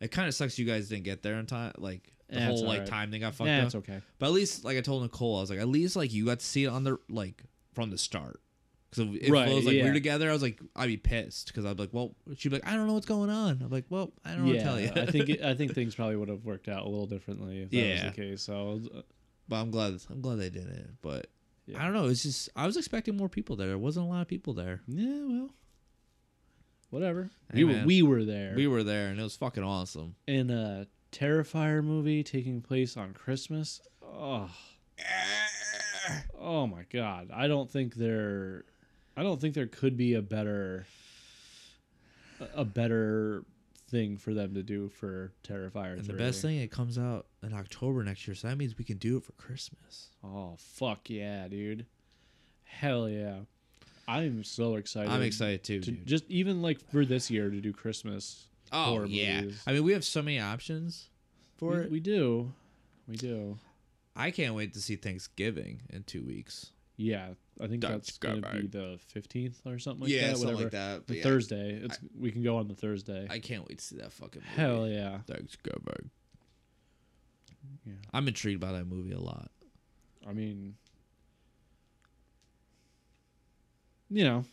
S7: It kind of sucks you guys didn't get there on time. Like the
S6: That's
S7: whole like
S6: alright.
S7: time thing got fucked
S6: Nah,
S7: up.
S6: it's okay.
S7: But at least like I told Nicole, I was like, at least like you got to see it on the like from the start. Because if,
S6: Right,
S7: it was like we
S6: yeah.
S7: were together, I was like, I'd be pissed because I'd be like, well, she'd be like, I don't know what's going on. I'm like, well, I don't know
S6: yeah,
S7: what to tell you.
S6: I think it, I think things probably would have worked out a little differently if that
S7: Yeah.
S6: was the case. So uh,
S7: But I'm glad I'm glad they didn't. But
S6: Yeah.
S7: I don't know. It's just I was expecting more people there. There wasn't a lot of people there.
S6: yeah, well, whatever. we
S7: Hey,
S6: were,
S7: man.
S6: we were there.
S7: We were there and it was fucking awesome.
S6: in a Terrifier movie taking place on Christmas. Oh, oh my God! I don't think there, I don't think there could be a better, a a better thing for them to do for Terrifier.
S7: And the
S6: 3.
S7: best thing, it comes out in October next year, so that means we can do it for Christmas.
S6: Oh fuck yeah, dude! Hell yeah! I'm so excited.
S7: I'm excited too.
S6: To
S7: dude.
S6: just even like for this year to do Christmas.
S7: Oh
S6: horror
S7: yeah.
S6: movies.
S7: I mean, we have so many options for
S6: We,
S7: it.
S6: we do, we do.
S7: I can't wait to see Thanksgiving in two weeks.
S6: Yeah, I think
S7: Dark
S6: that's going to
S7: Sky
S6: be the fifteenth or something like
S7: Yeah,
S6: that.
S7: something
S6: whatever.
S7: like that, but
S6: The
S7: yeah.
S6: Thursday. It's we can go on the Thursday.
S7: I can't wait to see that fucking movie.
S6: Hell yeah!
S7: Thanksgiving.
S6: Yeah.
S7: I'm intrigued by that movie a lot.
S6: I mean, you know,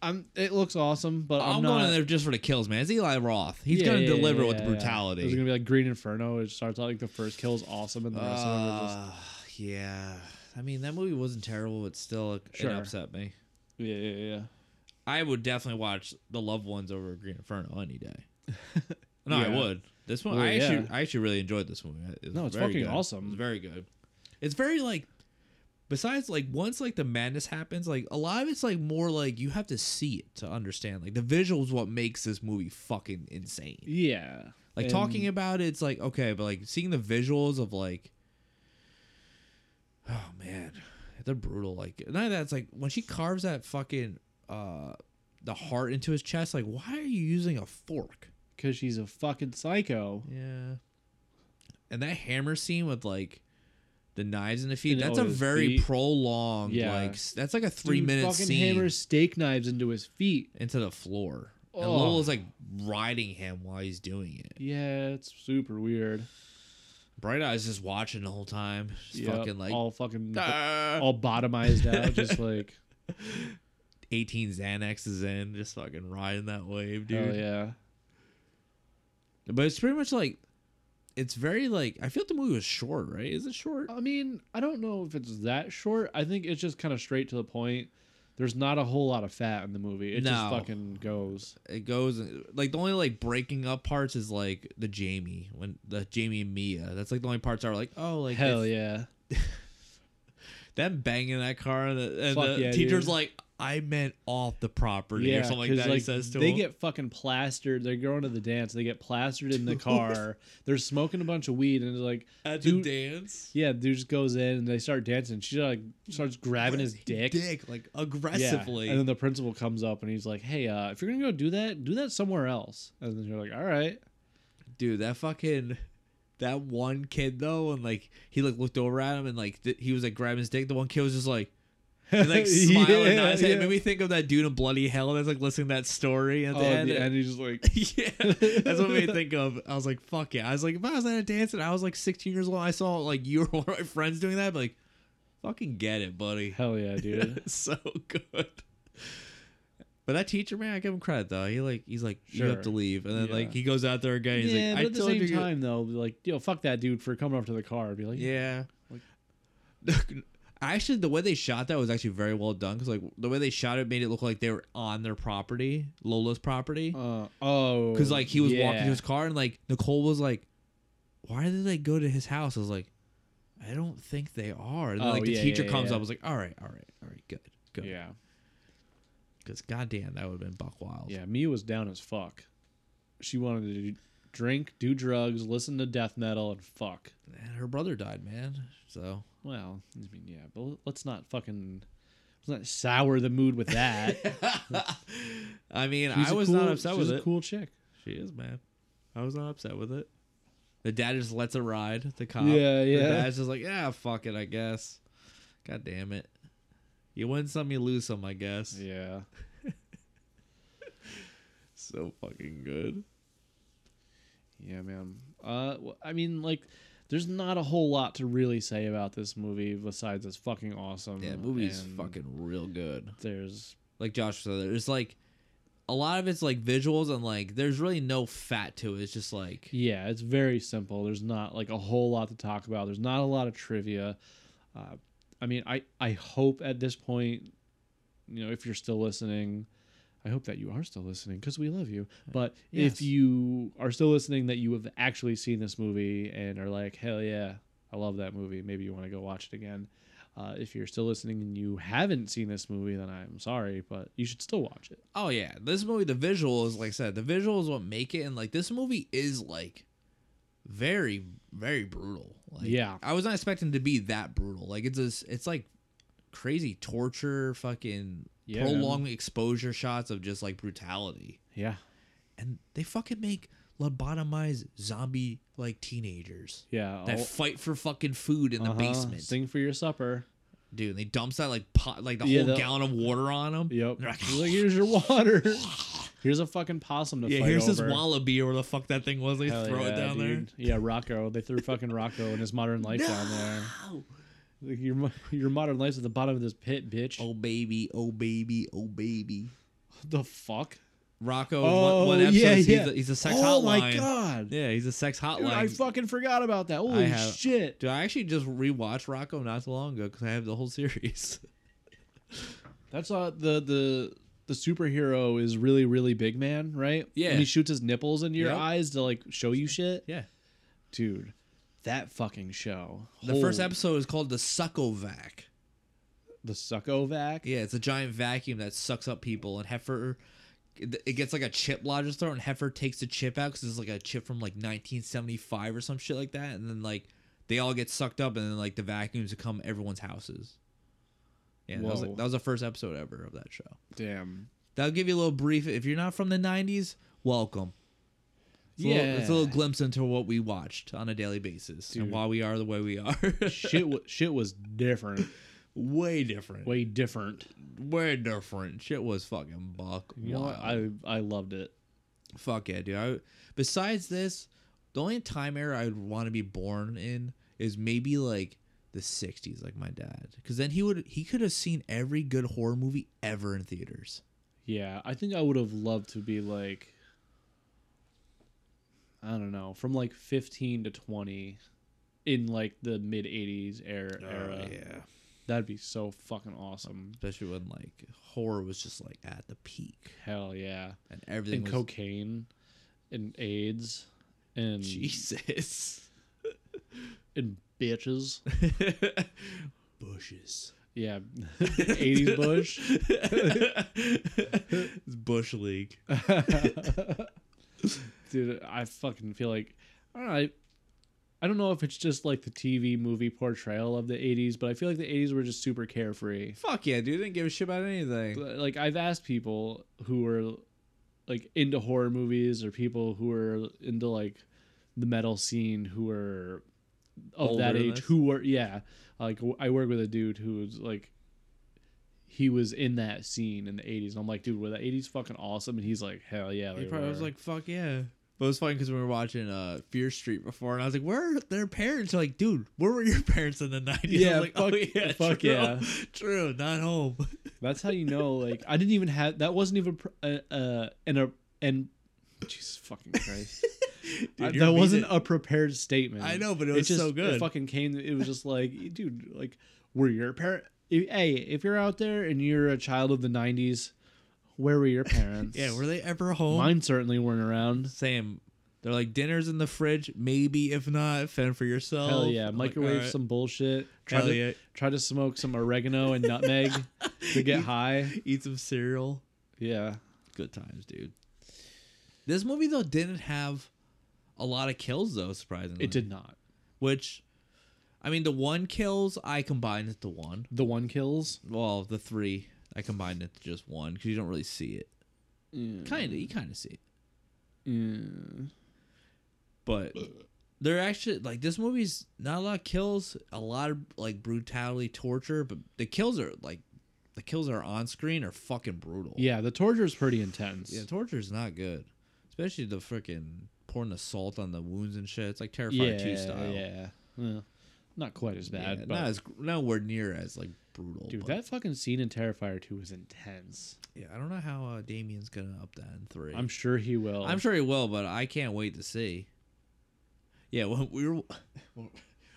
S6: I'm. It looks awesome, but I'm,
S7: I'm,
S6: not.
S7: going in there just for the kills, man. It's Eli Roth. He's
S6: Yeah,
S7: gonna
S6: yeah,
S7: deliver
S6: yeah,
S7: with
S6: yeah, yeah.
S7: brutality.
S6: There's gonna be like Green Inferno. It starts out like the first kill is awesome, and the rest of them are just
S7: Uh, yeah. I mean, that movie wasn't terrible, but still, it,
S6: Sure.
S7: it upset me.
S6: yeah, yeah, yeah.
S7: I would definitely watch The Loved Ones over Green Inferno any day. no, I
S6: Yeah.
S7: would. This one,
S6: Well,
S7: I actually,
S6: yeah.
S7: I actually really enjoyed this movie. It was
S6: No, it's
S7: very
S6: fucking
S7: good.
S6: awesome.
S7: It's very good. It's very like. Besides, like once like the madness happens, like a lot of it's like more like you have to see it to understand. Like the visuals, what makes this movie fucking insane.
S6: Yeah.
S7: Like
S6: And-
S7: talking about it, it's like okay, but like seeing the visuals of like, oh man, they're brutal. Like none of that's like when she carves that fucking uh the heart into his chest. Like why are you using a fork?
S6: Cause she's a fucking psycho.
S7: Yeah. And that hammer scene with like the knives in the feet.
S6: And,
S7: That's
S6: oh,
S7: a
S6: his
S7: very
S6: feet.
S7: prolonged.
S6: Yeah.
S7: Like s- that's like a three
S6: Dude
S7: minute
S6: fucking
S7: scene
S6: hammers steak knives into his feet.
S7: into the floor. And
S6: Oh.
S7: Lola's like riding him while he's doing it.
S6: Yeah, it's super weird.
S7: Bright Eyes just watching the whole time. Just
S6: Yep,
S7: fucking like
S6: all fucking
S7: "Ah."
S6: all bottomized out, just like
S7: 18 Xanaxes in, just fucking riding that wave, dude.
S6: hell yeah.
S7: But it's pretty much like, it's very like, I feel like the movie was short, right? Is it short?
S6: I mean, I don't know if it's that short. I think it's just kind of straight to the point. There's not a whole lot of fat in the movie. It just
S7: No.
S6: fucking goes.
S7: It goes, like, the only like breaking up parts is like the Jamie, when the Jamie and Mia. That's like the only parts that are like, oh, like,
S6: Hell
S7: if-
S6: yeah.
S7: Them banging that car, and the, and
S6: Fuck
S7: the
S6: yeah,
S7: teacher's
S6: dude.
S7: like, I meant off the property
S6: Yeah,
S7: or
S6: 'cause,
S7: something like that. he
S6: like,
S7: says to
S6: they
S7: him.
S6: get fucking plastered. They're going to the dance. They get plastered in the car. They're smoking a bunch of weed and it's like,
S7: at
S6: dude-
S7: the dance.
S6: yeah, dude just goes in and they start dancing. She like starts grabbing his dick.
S7: Dick, like
S6: Yeah.
S7: aggressively.
S6: And then the principal comes up and he's like, "Hey, uh, if you're gonna go do that, do that somewhere else." And then you're like, "All right."
S7: dude that fucking that one kid though and like he like looked over at him and like th- he was like grabbing his dick the one kid was just like and, like smiling yeah,
S6: Yeah,
S7: nice. It
S6: yeah.
S7: made me think of that dude in bloody hell that's like listening to that story at
S6: Oh,
S7: the end.
S6: and he's just like,
S7: yeah, that's what made me think of. I was like, "Fuck yeah!" I was like, if I was at a dance and I was like 16 years old, I saw like you or one of my friends doing that, I'd be like, fucking get it, buddy.
S6: "Hell yeah, dude."
S7: It's so good. But that teacher, man, I give him credit though. He like he's like you have
S6: Sure.
S7: to leave, and then
S6: Yeah.
S7: like he goes out there again. He's
S6: yeah,
S7: like,
S6: but
S7: I
S6: at the
S7: told
S6: same
S7: you-
S6: time though, like, yo, fuck that dude for coming up to the car. I'd be like,
S7: Yeah. actually, the way they shot that was actually very well done because like the way they shot it made it look like they were on their property, Lola's property.
S6: uh, oh,
S7: Because like he was walking
S6: yeah.
S7: to his car and like Nicole was like, "Why did they go to his house?" I was like, "I don't think they are." And then
S6: Oh,
S7: like the
S6: yeah,
S7: teacher
S6: yeah,
S7: comes
S6: yeah.
S7: up, I was like, "All right, all right, all right, good, good."
S6: Yeah,
S7: Because goddamn, that would have been buck wild.
S6: yeah. Mia was down as fuck. She wanted to do- drink, do drugs, listen to death metal, and fuck.
S7: And her brother died, man. So
S6: Well, I mean, yeah, but l- let's not fucking let's not sour the mood with that.
S7: I mean,
S6: She's
S7: I
S6: a
S7: was
S6: cool-
S7: not upset
S6: she's
S7: with
S6: a
S7: it.
S6: Cool chick.
S7: She is, man. I was not upset with it. The dad just lets it ride. The cop.
S6: Yeah, yeah.
S7: The dad's just like, yeah, fuck it, I guess. God damn it. You win some, you lose some, I guess.
S6: Yeah.
S7: So fucking good.
S6: Yeah, man. Uh, w- I mean, like, there's not a whole lot to really say about this movie besides it's fucking awesome.
S7: Yeah, movie's
S6: and
S7: fucking real good.
S6: There's
S7: Like Josh said, there's like a lot of it's like visuals and like there's really no fat to it. It's just like
S6: yeah, it's very simple. There's not like a whole lot to talk about. There's not a lot of trivia. Uh, I mean, I I hope at this point, you know, if you're still listening. I hope that you are still listening because we love you. But
S7: Uh, Yes.
S6: if you are still listening, that you have actually seen this movie and are like, hell yeah, I love that movie. Maybe you want to go watch it again. Uh, if you're still listening and you haven't seen this movie, then I'm sorry, but you should still watch it.
S7: Oh yeah, this movie, the visuals, like I said, the visuals what make it, and like this movie is like very, very brutal. Like,
S6: Yeah.
S7: I was not expecting to be that brutal. Like it's a, s- it's like crazy torture, fucking
S6: Yeah, man.
S7: prolonged exposure shots of just like brutality,
S6: Yeah.
S7: and they fucking make lobotomized zombie like teenagers
S6: Yeah.
S7: that
S6: I'll-
S7: fight for fucking food in the
S6: Oh. uh-huh,
S7: basement,
S6: Sing for your supper.
S7: dude. And they dumps that like pot, like the
S6: Yeah,
S7: whole
S6: the-
S7: gallon of water on them.
S6: Yep.
S7: They're like,
S6: He's like, here's your water. Here's a fucking possum to
S7: Yeah,
S6: fight
S7: here's this
S6: over.
S7: wallaby or whatever the fuck that thing was. They
S6: Hell
S7: throw
S6: yeah,
S7: it down there.
S6: dude. Yeah, Rocco. They threw fucking Rocco and his modern life down there.
S7: No!
S6: Like your mo- your modern life's at the bottom of this pit, bitch.
S7: Oh baby, oh baby, oh baby.
S6: What the fuck?
S7: Rocco,
S6: Oh,
S7: one one episode,
S6: yeah,
S7: he's,
S6: yeah.
S7: a, he's a sex hotline.
S6: oh my god.
S7: Yeah, he's a sex hotline.
S6: Dude, I fucking forgot about that. Holy
S7: have-
S6: shit.
S7: Dude, I actually just rewatched Rocco not so long ago because I have the whole series.
S6: That's uh the the the superhero is really really big man, right?
S7: Yeah.
S6: And he shoots his nipples into your
S7: Yep.
S6: eyes to like show you shit.
S7: yeah.
S6: Dude, that fucking show.
S7: The first
S6: Holy-
S7: episode is called the Suckovac.
S6: the suckovac.
S7: Yeah, it's a giant vacuum that sucks up people, and Heifer, it gets like a chip lodges throat, and Heifer takes the chip out because it's like a chip from like 1975 or some shit like that, and then like they all get sucked up, and then like the vacuums become everyone's houses. Yeah, that was,
S6: Whoa.
S7: like, that was the first episode ever of that show.
S6: Damn.
S7: That'll give you a little brief. If you're not from the 90s, welcome. It's a, little, it's a little
S6: Yeah.
S7: glimpse into what we watched on a daily basis and
S6: Dude.
S7: why we are the way we are.
S6: shit wa- shit was different.
S7: way different.
S6: Way different.
S7: way different. Shit was fucking buck.
S6: You know what?
S7: wild.
S6: I I loved it.
S7: Fuck yeah, dude. I, besides this, the only time era I would want to be born in is maybe like the 60s, like my dad. Because then he would he could have seen every good horror movie ever in theaters.
S6: Yeah, I think I would have loved to be like I don't know, from like 15 to 20 in like the mid 80s era, era.
S7: Oh, yeah.
S6: That'd be so fucking awesome.
S7: Especially when like horror was just like at the peak
S6: Hell yeah.
S7: and everything
S6: And
S7: was
S6: cocaine and AIDS and
S7: Jesus.
S6: and bitches.
S7: Bushes.
S6: Yeah. 80s bush.
S7: it's Bush League.
S6: Dude, I fucking feel like I don't know. I, I don't know if it's just like the TV movie portrayal of the 80s, but I feel like the 80s were just super carefree.
S7: Fuck yeah, dude. Didn't give a shit about anything.
S6: like I've asked people who were like into horror movies or people who were into like the metal scene who were of
S7: Older
S6: that
S7: than
S6: age
S7: this?
S6: who were yeah like w- I work with a dude who was like he was in that scene in the 80s and I'm like dude were the 80s fucking awesome and he's like hell yeah
S7: He
S6: they
S7: probably was
S6: were."
S7: like, fuck yeah. But it was funny because we were watching uh, Fear Street before, and I was like, where are their parents? They're like, dude, where were your parents in the 90s?
S6: Yeah,
S7: I was like, "Oh,
S6: fuck- fuck
S7: true,
S6: yeah.
S7: True, not home.
S6: that's how you know like I didn't even have that wasn't even pr- uh, uh and a and Jesus fucking Christ I-
S7: you're
S6: that wasn't
S7: beating-
S6: a prepared statement.
S7: I know, but it was
S6: just,
S7: so good.
S6: It fucking came. It was just like, dude, like, were your parent? Hey, if you're out there and you're a child of the '90s, where were your parents?
S7: Yeah, were they ever home?
S6: mine certainly weren't around.
S7: Same. They're like, dinner's in the fridge. Maybe, if not, fend for yourself.
S6: Hell yeah,
S7: I'm like,
S6: microwave
S7: Oh, "Alright."
S6: some bullshit. Try
S7: Hell
S6: to
S7: yeah.
S6: try to smoke some oregano and nutmeg to get high.
S7: Eat some cereal.
S6: Yeah,
S7: Good times, dude. This movie, though, didn't have a lot of kills, though, surprisingly.
S6: it did not.
S7: Which, I mean, the one kills, I combined it to one.
S6: The one kills.
S7: Well, the three, I combined it to just one because you don't really see it. Kind of, you kind of see it. But they're actually like this movie's not a lot of kills, a lot of like brutality, torture, but the kills are like the kills that are on screen are fucking brutal.
S6: Yeah, the torture is pretty intense.
S7: yeah, torture's not good, especially the freaking pouring the salt on the wounds and shit. It's like terrifying two style.
S6: yeah. Well, not quite as
S7: Yeah,
S6: bad. but
S7: not as nowhere near as like brutal.
S6: Dude,
S7: but-
S6: that fucking scene in Terrifier 2 was intense.
S7: yeah, I don't know how uh, Damien's gonna up that in three.
S6: I'm sure he will.
S7: I'm sure he will, but I can't wait to see. Yeah, when we were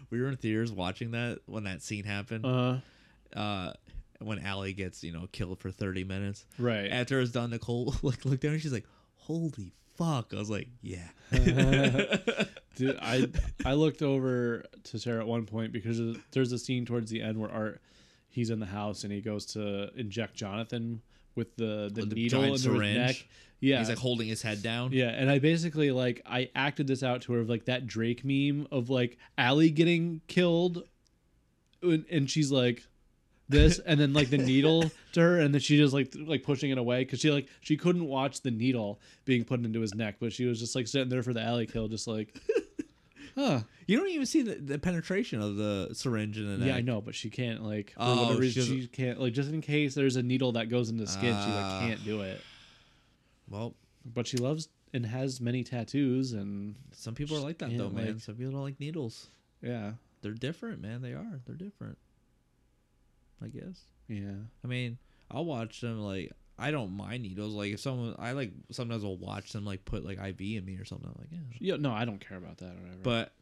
S7: we were in theaters watching that when that scene happened. Uh,
S6: Uh,
S7: when Allie gets you know killed for thirty minutes.
S6: Right.
S7: after it's done, Nicole like looked down and she's like, "Holy fuck!" I was like, "Yeah."
S6: dude, I I looked over to Sarah at one point because of- there's a scene towards the end where Art he's in the house and he goes to inject Jonathan with the the,
S7: With the
S6: needle
S7: giant
S6: into
S7: syringe.
S6: his neck. Yeah.
S7: He's like holding his head down.
S6: yeah, and I basically like I acted this out to her of like that Drake meme of like Allie getting killed, and, and she's like this, and then like the needle to her, and then she just like th- like pushing it away because she like she couldn't watch the needle being put into his neck, but she was just like sitting there for the Allie kill, just like, huh?
S7: You don't even see the, the penetration of the syringe in the neck.
S6: Yeah, I know, but she can't like for
S7: Oh,
S6: whatever
S7: she
S6: reason
S7: doesn't-
S6: she can't like just in case there's a needle that goes into skin, she
S7: Ah.
S6: like can't do it.
S7: Well,
S6: But she loves and has many tattoos, and
S7: some people are like that
S6: Yeah,
S7: though, man.
S6: like-
S7: Some people don't like needles.
S6: yeah.
S7: They're different, man. They are. They're different. I guess.
S6: Yeah.
S7: I mean, I'll watch them like I don't mind needles. Like if someone I like sometimes I'll watch them like put like IV in me or something. I'm like, yeah. sure.
S6: Yeah. No, I don't care about that or whatever.
S7: But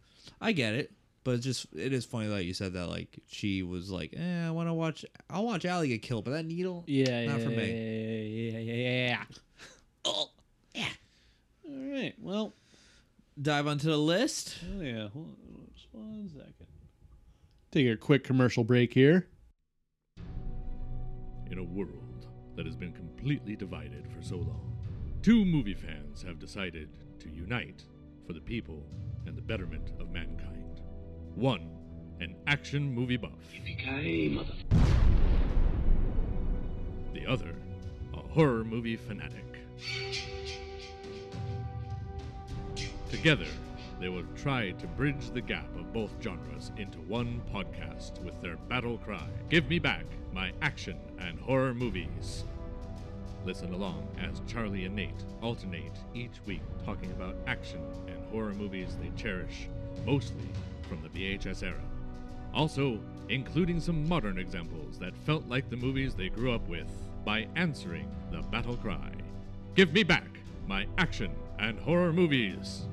S7: I get it. But it's just it is funny that you said that like she was like, eh, I wanna watch I'll watch Allie get killed, but that needle
S6: yeah,
S7: not
S6: yeah,
S7: for
S6: yeah,
S7: me.
S6: yeah, yeah, yeah, yeah. Oh, All right. Well,
S7: Dive onto the list.
S6: oh yeah. Hold on just one second. Take a quick commercial break here.
S8: in a world that has been completely divided for so long. Two movie fans have decided to unite for the people and the betterment of mankind. One, an action movie buff. The other, a horror movie fanatic. Together, they will try to bridge the gap of both genres into one podcast with their battle cry Give me back my action and horror movies. Listen along as Charlie and Nate alternate each week talking about action and horror movies they cherish, mostly from the VHS era. Also, including some modern examples that felt like the movies they grew up with by answering the battle cry Give me back my action and horror movies!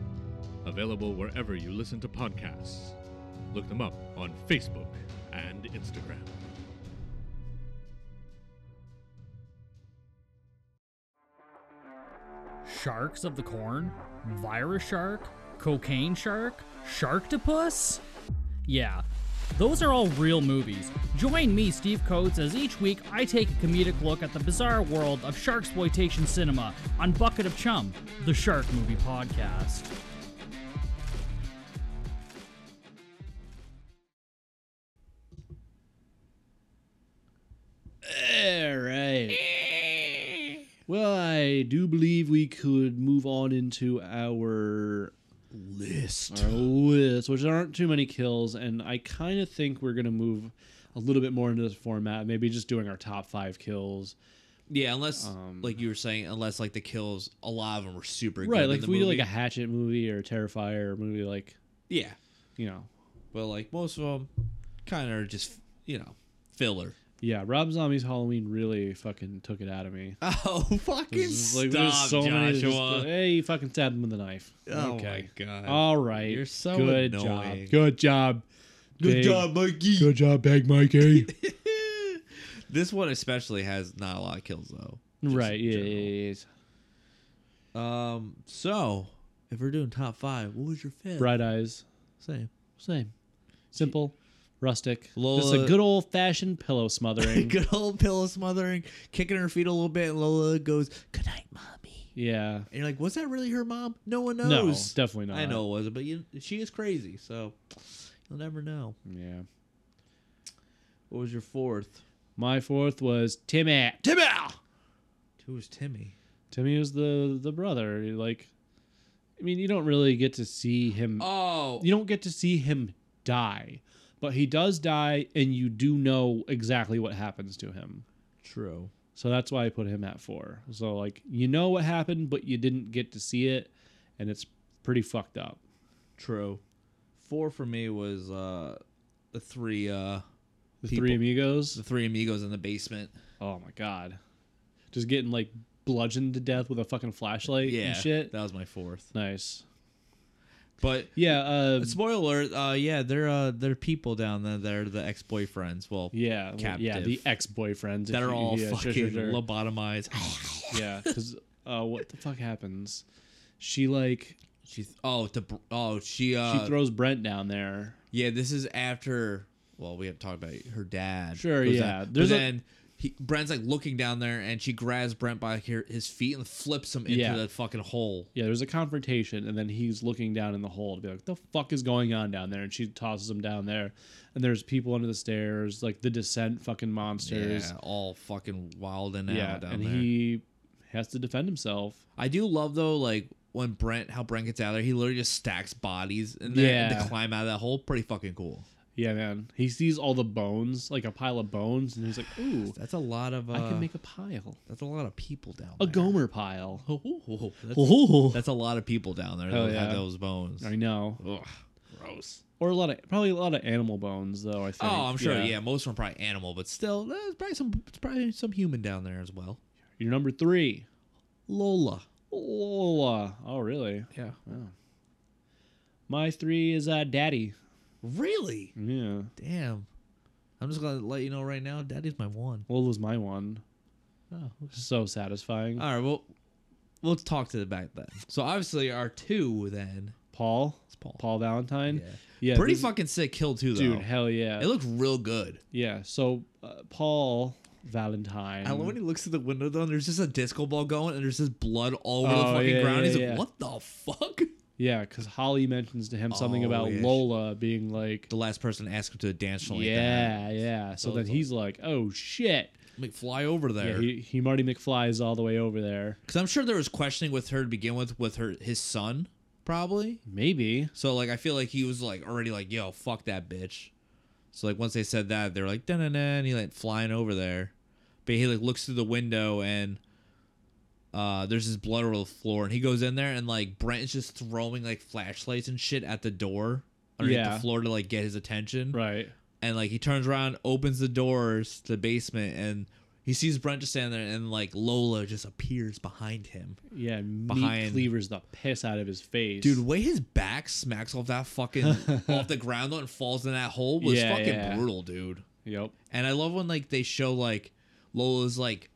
S8: Available wherever you listen to podcasts. Look them up on Facebook and Instagram.
S9: Sharks of the Corn? Virus Shark? Cocaine Shark? Sharktopus? Yeah, those are all real movies. Join me, Steve Coates, as each week I take a comedic look at the bizarre world of sharksploitation cinema on Bucket of Chum, the Shark Movie Podcast.
S6: All right. Well, I do believe we could move on into our
S7: List.
S6: our list, which there aren't too many kills, and I kind of think we're gonna move a little bit more into this format, maybe just doing our top five kills.
S7: Yeah, unless like you were saying, unless like the kills, a lot of them were super good.
S6: Right,
S7: in
S6: like
S7: the
S6: if we do
S7: movie.
S6: like a Hatchet movie or a Terrifier movie, like
S7: yeah,
S6: you know,
S7: but like most of them, kind of are just you know filler.
S6: yeah. Rob Zombie's Halloween really fucking took it out of me.
S7: Oh fucking
S6: It's
S7: stop,
S6: many. just-
S7: Joshua!
S6: hey, you fucking stabbed him with a knife.
S7: oh
S6: okay.
S7: my god!
S6: All right.
S7: You're so
S6: good
S7: annoying.
S6: job. Good job. Big-
S7: Mikey.
S6: Good job, Bag Mikey.
S7: This one especially has not a lot of kills though.
S6: right. Yeah,
S7: general.
S6: yeah, yeah, yeah.
S7: Um, so if we're doing top five, what was your fifth?
S6: Bright eyes.
S7: Same.
S6: Same. Simple. Rustic. Just
S7: Lola-
S6: a good old fashioned pillow smothering.
S7: Good old pillow smothering, kicking her feet a little bit, and Lola goes, "Good night, mommy."
S6: yeah.
S7: And you're like, was that really her mom? No one
S6: No,
S7: knows.
S6: definitely not.
S7: I know it wasn't, but you, she is crazy, so you'll never know.
S6: Yeah.
S7: What was your fourth?
S6: My fourth was Timmy.
S7: Timmy! Who was Timmy?
S6: Timmy was the the brother. Like, I mean, you don't really get to see him.
S7: Oh,
S6: You don't get to see him die, but he does die, and you do know exactly what happens to him.
S7: true.
S6: So that's why I put him at four. So like, you know what happened, but you didn't get to see it, and it's pretty fucked up.
S7: True. Four for me was uh, the three uh,
S6: The
S7: People-
S6: Three Amigos.
S7: the three amigos in the basement.
S6: Oh my god. Just getting like bludgeoned to death with a fucking flashlight
S7: Yeah,
S6: and shit.
S7: That was my fourth.
S6: nice.
S7: But
S6: Yeah, uh
S7: spoiler, alert, uh, yeah, they're uh, they're people down there. They're the ex boyfriends. Well,
S6: yeah, well, yeah, the
S7: captive.
S6: ex-boyfriends if
S7: that are
S6: you-
S7: all
S6: yeah, sure, sure,
S7: fucking
S6: sure.
S7: lobotomized.
S6: Yeah, cuz uh what the fuck happens? She like
S7: she th- oh to, br- oh she uh
S6: she throws Brent down there.
S7: Yeah, this is after. Well, we have talked about her dad.
S6: Sure,
S7: goes
S6: yeah.
S7: Down. But
S6: There's a-
S7: then he, Brent's like looking down there, and she grabs Brent by here, his feet and flips him into
S6: Yeah.
S7: the fucking hole.
S6: Yeah, there's a confrontation and then he's looking down in the hole to be like, "The fuck is going on down there?" and she tosses him down there. And there's people under the stairs, like the descent fucking monsters.
S7: Yeah, all fucking wild and
S6: Yeah,
S7: out down
S6: and
S7: there.
S6: he has to defend himself.
S7: I do love though, like when Brent, how Brent gets out of there, he literally just stacks bodies in there and to
S6: Yeah.
S7: climb out of that hole. Pretty fucking cool.
S6: Yeah, man. He sees all the bones, like a pile of bones, and he's like, "Ooh,
S7: That's a lot of. Uh,
S6: I can make a pile,
S7: that's a lot of people down
S6: a
S7: there.
S6: Gomer pile."
S7: Ooh, that's,
S6: Ooh.
S7: that's a lot of people down there
S6: Hell
S7: that have
S6: Oh, yeah.
S7: those bones.
S6: I know.
S7: Ugh, gross.
S6: or a lot of probably a lot of animal bones though. I think.
S7: Oh, I'm sure. Yeah. most of them probably animal, but still, there's probably some it's probably some human down there as well.
S6: Your number three,
S7: Lola.
S6: Lola. Oh, really?
S7: Yeah.
S6: My three is uh, Daddy.
S7: Really?
S6: Yeah.
S7: Damn. I'm just gonna let you know right now, Daddy's my one.
S6: Lola's my one.
S7: Oh,
S6: So satisfying.
S7: All right. Well, let's talk to the back then. So obviously, our two then.
S6: Paul.
S7: It's Paul.
S6: Paul Valentine.
S7: Yeah.
S6: Yeah.
S7: Pretty
S6: this-
S7: fucking sick kill too, though.
S6: Dude, hell yeah.
S7: It looked real good.
S6: yeah. So uh, Paul Valentine.
S7: I love when he looks through the window though, and there's just a disco ball going, and there's just blood all over the
S6: Oh,
S7: fucking
S6: yeah,
S7: ground.
S6: yeah,
S7: He's
S6: yeah.
S7: like, "What the fuck?"
S6: Yeah, because Holly mentions to him something
S7: Oh,
S6: about
S7: yeah.
S6: Lola being like,
S7: The last person to ask him to dance something like
S6: yeah,
S7: that.
S6: yeah. So
S7: So
S6: then
S7: it's
S6: he's like, oh shit.
S7: McFly over
S6: Yeah,
S7: there.
S6: he, he Marty McFly is all the way over there.
S7: Because I'm sure there was questioning with her to begin with, with her his son, probably.
S6: Maybe.
S7: So like, I feel like he was like already like, yo, fuck that bitch. So like, once they said that, they're like, da na na, and he like flying over there, but he like looks through the window and. Uh, there's his blood over the floor, and he goes in there, and like Brent is just throwing like flashlights and shit at the door underneath
S6: Yeah.
S7: the floor to like get his attention.
S6: Right.
S7: and like he turns around, opens the doors to the basement, and he sees Brent just standing there, and like Lola just appears behind him.
S6: Yeah, meat
S7: Behind-
S6: cleavers the piss out of his face.
S7: Dude, way his back smacks off that fucking off the ground though, and falls in that hole was
S6: Yeah,
S7: fucking
S6: yeah.
S7: brutal, dude.
S6: Yep.
S7: And I love when like they show like Lola's like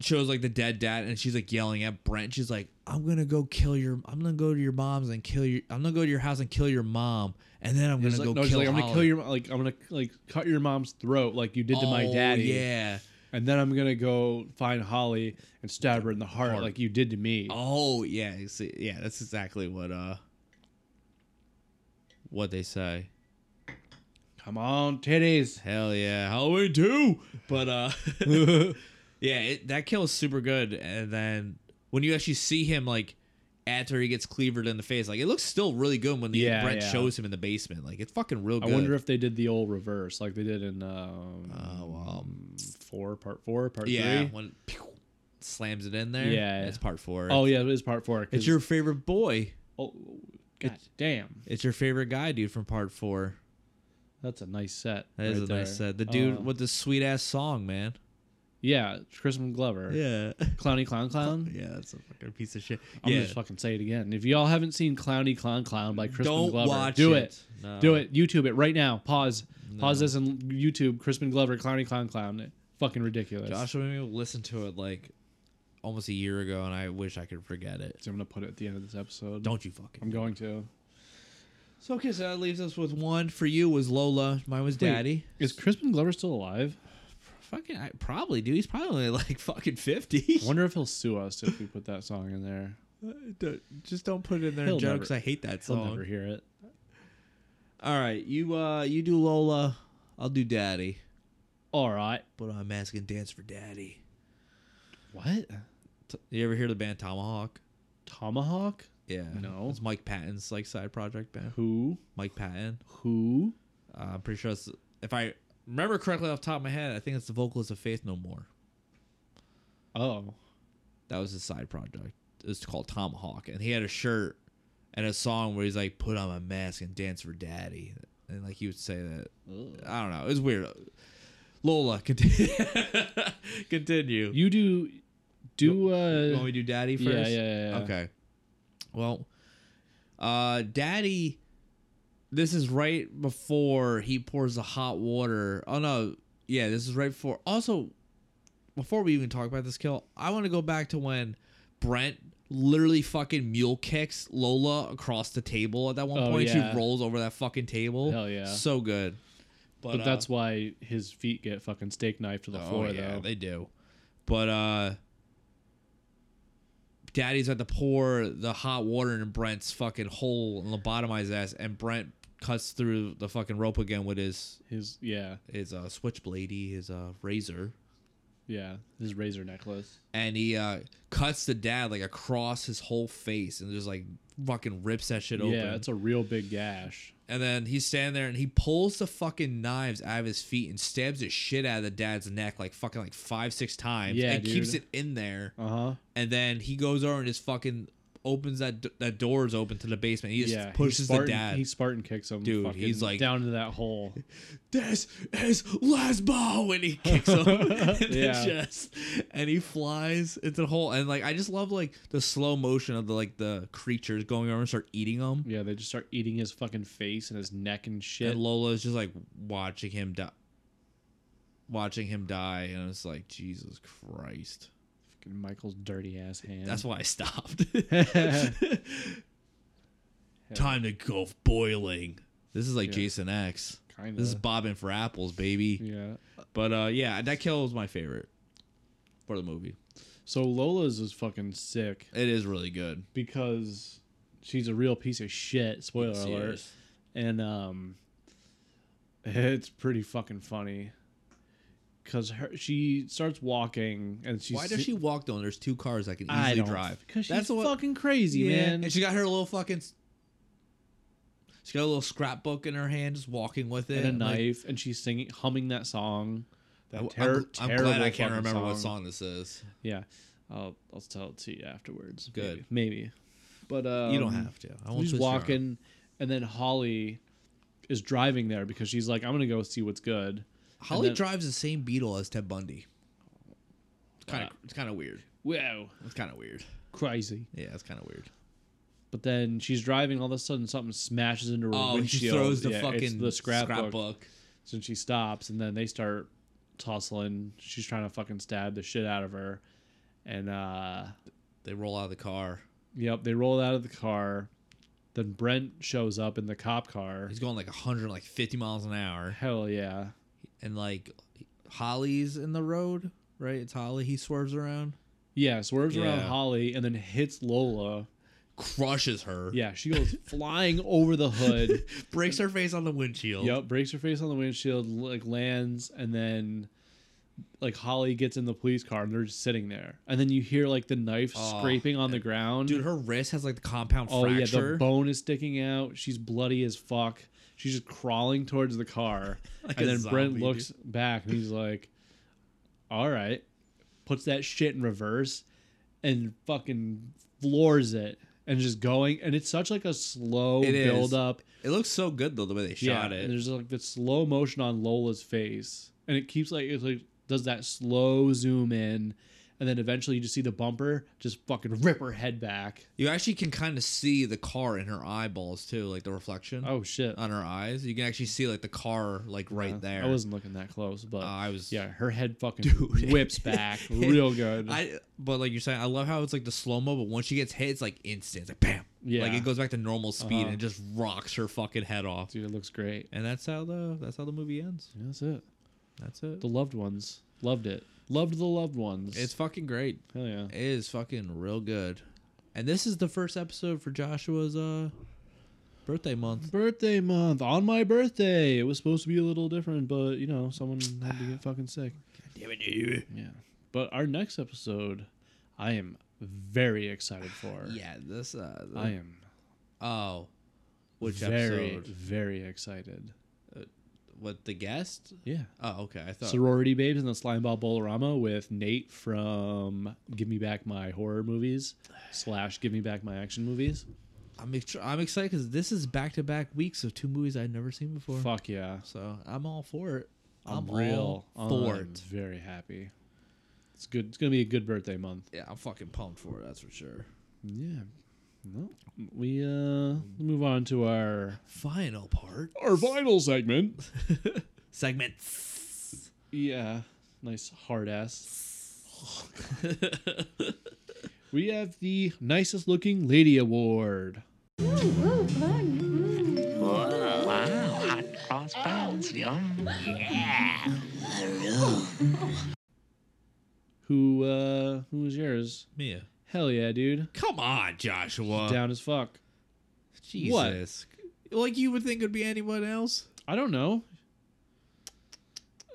S7: shows like the dead dad and she's like yelling at Brent. She's like, I'm gonna go kill your I'm gonna go to your mom's and kill your I'm gonna go to your house and kill your mom and then I'm gonna
S6: He's like,
S7: go
S6: no, she's
S7: kill
S6: like, I'm gonna kill
S7: Holly."
S6: your mo- like I'm gonna like cut your mom's throat like you did to my
S7: Oh,
S6: daddy.
S7: Yeah.
S6: And then I'm gonna go find Holly and stab her in the heart,
S7: Heart.
S6: like you did to me.
S7: Oh yeah, you see, yeah, that's exactly what uh what they say.
S6: Come on, titties.
S7: Hell yeah, Halloween two. But uh yeah, it, that kill is super good. And then when you actually see him like after he gets cleavered in the face, like it looks still really good when the
S6: Yeah,
S7: Brent
S6: yeah.
S7: shows him in the basement. Like it's fucking real
S6: I
S7: good.
S6: wonder if they did the old reverse, like they did in um,
S7: um,
S6: four, part four, part
S7: yeah
S6: three.
S7: when it, pew, slams it in there.
S6: Yeah.
S7: it's part four.
S6: Oh yeah, it is part four. 'cause-
S7: it's your favorite boy.
S6: oh, God damn,
S7: It's your favorite guy, dude, from part four.
S6: that's a nice set.
S7: That is
S6: right
S7: what I
S6: there.
S7: said. The dude
S6: Uh,
S7: with the sweet ass song, man.
S6: yeah, Crispin Glover.
S7: Yeah.
S6: Clowny Clown Clown.
S7: Yeah, that's a fucking piece of shit.
S6: I'm
S7: yeah.
S6: gonna just fucking say it again. If y'all haven't seen Clowny Clown Clown by Crispin
S7: Don't
S6: Glover,
S7: watch
S6: do
S7: it.
S6: it.
S7: No.
S6: Do it. YouTube it right now. Pause. Pause this and YouTube Crispin Glover Clowny Clown Clown. Fucking ridiculous.
S7: Joshua made me listen to it like almost a year ago, and I wish I could forget it.
S6: I'm gonna put it at the end of this episode.
S7: Don't you fucking.
S6: I'm going to.
S7: So okay, so that leaves us with one for you was Lola. Mine was Daddy.
S6: Is Crispin Glover still alive?
S7: Fucking, I, probably, dude. He's probably only like fucking fifty.
S6: I wonder if he'll sue us if we put that song in there.
S7: Uh, Don't- Just don't put it in there
S6: He'll
S7: in general
S6: never-
S7: 'cause I hate that
S6: He'll
S7: song.
S6: never hear it.
S7: All right, you uh, you do Lola. I'll do Daddy.
S6: All right.
S7: But I'm asking dance for Daddy.
S6: What?
S7: T- You ever hear the band Tomahawk?
S6: Tomahawk?
S7: Yeah.
S6: No.
S7: It's Mike Patton's like side project band.
S6: Who?
S7: Mike Patton.
S6: Who?
S7: Uh, I'm pretty sure it's, if I remember correctly off the top of my head, I think it's the vocalist of Faith No More.
S6: Oh.
S7: That was his side project. It's called Tomahawk, and he had a shirt and a song where he's like, "Put on my mask and dance for Daddy," and like he would say that. I don't know. It was weird. Lola, continue. continue.
S6: You do. Do.
S7: You
S6: uh
S7: want me to do Daddy
S6: yeah,
S7: first?
S6: yeah, yeah.
S7: Okay. Well, uh, Daddy, this is right before he pours the hot water. Oh no, yeah, this is right before. Also, before we even talk about this kill, I want to go back to when Brent literally fucking mule kicks Lola across the table at that one
S6: Oh,
S7: point.
S6: yeah.
S7: She rolls over that fucking table.
S6: Hell yeah.
S7: so good. But,
S6: But
S7: uh,
S6: that's why his feet get fucking steak knife to the floor,
S7: oh, yeah,
S6: though.
S7: they do. But uh Daddy's at to pour the hot water in Brent's fucking hole and lobotomize his ass, and Brent cuts through the fucking rope again with his
S6: his yeah,
S7: his uh, switchbladey, his uh, razor,
S6: yeah, his razor necklace.
S7: and he uh, cuts the dad like across his whole face, and just like fucking rips that shit open.
S6: Yeah, it's a real big gash.
S7: And then he's standing there and he pulls the fucking knives out of his feet and stabs the shit out of the dad's neck like fucking like five, six times
S6: Yeah,
S7: and keeps
S6: dude.
S7: it in there.
S6: Uh huh.
S7: And then he goes over and just fucking opens that d- that door is open to the basement. He just
S6: yeah, he
S7: pushes
S6: Spartan,
S7: the dad.
S6: He Spartan kicks him.
S7: Dude,
S6: fucking
S7: he's like-
S6: down into that hole.
S7: this is Lesbo, and he kicks him in
S6: Yeah.
S7: the chest, and he flies into the hole. And like, I just love like the slow motion of the like the creatures going over and start eating him.
S6: Yeah, they just start eating his fucking face and his neck and shit.
S7: And Lola is just like watching him die, watching him die, and it's like Jesus Christ.
S6: Fucking Michael's dirty ass hand.
S7: That's why I stopped. Time to go boiling. This is like Jason X.
S6: Kinda.
S7: This is bobbing for apples, baby.
S6: yeah.
S7: But uh, yeah, that kill was my favorite for the movie.
S6: So Lola's is fucking sick
S7: It is really good.
S6: because she's a real piece of shit. Spoiler
S7: Yes, she
S6: alert.
S7: is.
S6: And um, it's pretty fucking funny. Cause her, she starts walking and she's
S7: Why does she walk though? and There's two cars that can easily
S6: I don't,
S7: drive.
S6: Cause she's
S7: the one-
S6: fucking crazy,
S7: Yeah,
S6: man.
S7: And she got her little fucking. She got a little scrapbook in her hand, just walking with
S6: and
S7: it.
S6: a
S7: I'm like,
S6: knife, and she's singing, humming that song. That
S7: I'm-
S6: ter-
S7: I'm,
S6: terrible
S7: glad I can't
S6: fucking
S7: remember what song this is.
S6: Yeah, I'll I'll tell it to you afterwards.
S7: Good.
S6: maybe. maybe. But um,
S7: you don't have to. I won't
S6: She's
S7: twist your arm.
S6: walking, and then Holly is driving there because she's like, "I'm gonna go see what's good."
S7: Holly
S6: then-
S7: drives the same Beetle as Ted Bundy. It's kind
S6: Uh,
S7: of it's kind of weird.
S6: Wow,
S7: It's kind of weird.
S6: crazy!
S7: Yeah, it's kind of weird.
S6: But then she's driving, all of a sudden something smashes into her
S7: Oh,
S6: windshield.
S7: she throws the
S6: Yeah, it's
S7: fucking
S6: the
S7: scrapbook.
S6: scrapbook. So she stops, and then they start tussling. She's trying to fucking stab the shit out of her, and uh,
S7: They roll out of the car.
S6: Yep, they roll out of the car. Then Brent shows up in the cop car.
S7: He's going like 100, like 50 miles an hour,
S6: Hell yeah.
S7: and like Holly's in the road. Right, it's Holly. He swerves around,
S6: Yeah, swerves around
S7: Yeah.
S6: Holly and then hits Lola.
S7: crushes her,
S6: Yeah, she goes flying over the hood.
S7: breaks her face on the windshield.
S6: Yep, breaks her face on the windshield, like lands, and then like Holly gets in the police car and they're just sitting there. And then you hear like the knife
S7: Oh,
S6: scraping on the ground.
S7: Dude, her wrist has like the compound
S6: oh yeah,
S7: fracture.
S6: the bone is sticking out. She's bloody as fuck. She's just crawling towards the car.
S7: Like
S6: and
S7: a
S6: then Brent
S7: zombie,
S6: looks back and he's like, "All right," puts that shit in reverse, and fucking floors it, and just going. And it's such like a slow
S7: It is.
S6: build up.
S7: it looks so good though the way they shot
S6: and
S7: it.
S6: There's like the slow motion on Lola's face, and it keeps like it's like does that slow zoom in, and then eventually you just see the bumper just fucking rip her head back.
S7: You actually can kind of see the car in her eyeballs too, like the reflection
S6: Oh shit!
S7: on her eyes. You can actually see like the car like right there.
S6: I wasn't looking that close, but
S7: Uh, I was.
S6: yeah, her head fucking
S7: Dude.
S6: whips back real good.
S7: I but like you're saying, I love how it's like the slow mo, but once she gets hit, it's like instant, it's like bam,
S6: Yeah.
S7: like it goes back to normal speed
S6: Uh-huh.
S7: and just rocks her fucking head off.
S6: Dude, it looks great.
S7: And that's how the that's how the movie ends.
S6: Yeah, That's it.
S7: That's it.
S6: The loved ones loved it. Loved the loved ones.
S7: It's fucking great.
S6: hell yeah.
S7: It is fucking real good. And this is the first episode for Joshua's uh birthday month.
S6: Birthday month on my birthday. It was supposed to be a little different, but you know, someone had to get fucking sick.
S7: Damn it, dude.
S6: Yeah. But our next episode, I am very excited for.
S7: Yeah, this uh the-
S6: I am
S7: oh, which
S6: very
S7: episode?
S6: very excited.
S7: What the guest?
S6: Yeah.
S7: Oh, okay. I thought
S6: Sorority Babes and the Slimeball Bolorama with Nate from Give Me Back My Horror Movies slash Give Me Back My Action Movies.
S7: I'm ex- I'm excited because this is back to back weeks of two movies I'd never seen before.
S6: Fuck yeah.
S7: So I'm all for it.
S6: I'm, real
S7: all for
S6: I'm
S7: it.
S6: very happy. It's good. It's gonna be a good birthday month.
S7: Yeah, I'm fucking pumped for it. That's for sure.
S6: Yeah. No. We uh move on to our
S7: Final part
S6: our vinyl segment.
S7: segment.
S6: Yeah. Nice hard ass. we have the nicest looking lady award. Who uh who was yours?
S7: Mia,
S6: Hell yeah, dude.
S7: come on, Joshua.
S6: Down as fuck.
S7: Jesus, like you would think it'd be anyone else.
S6: I don't know.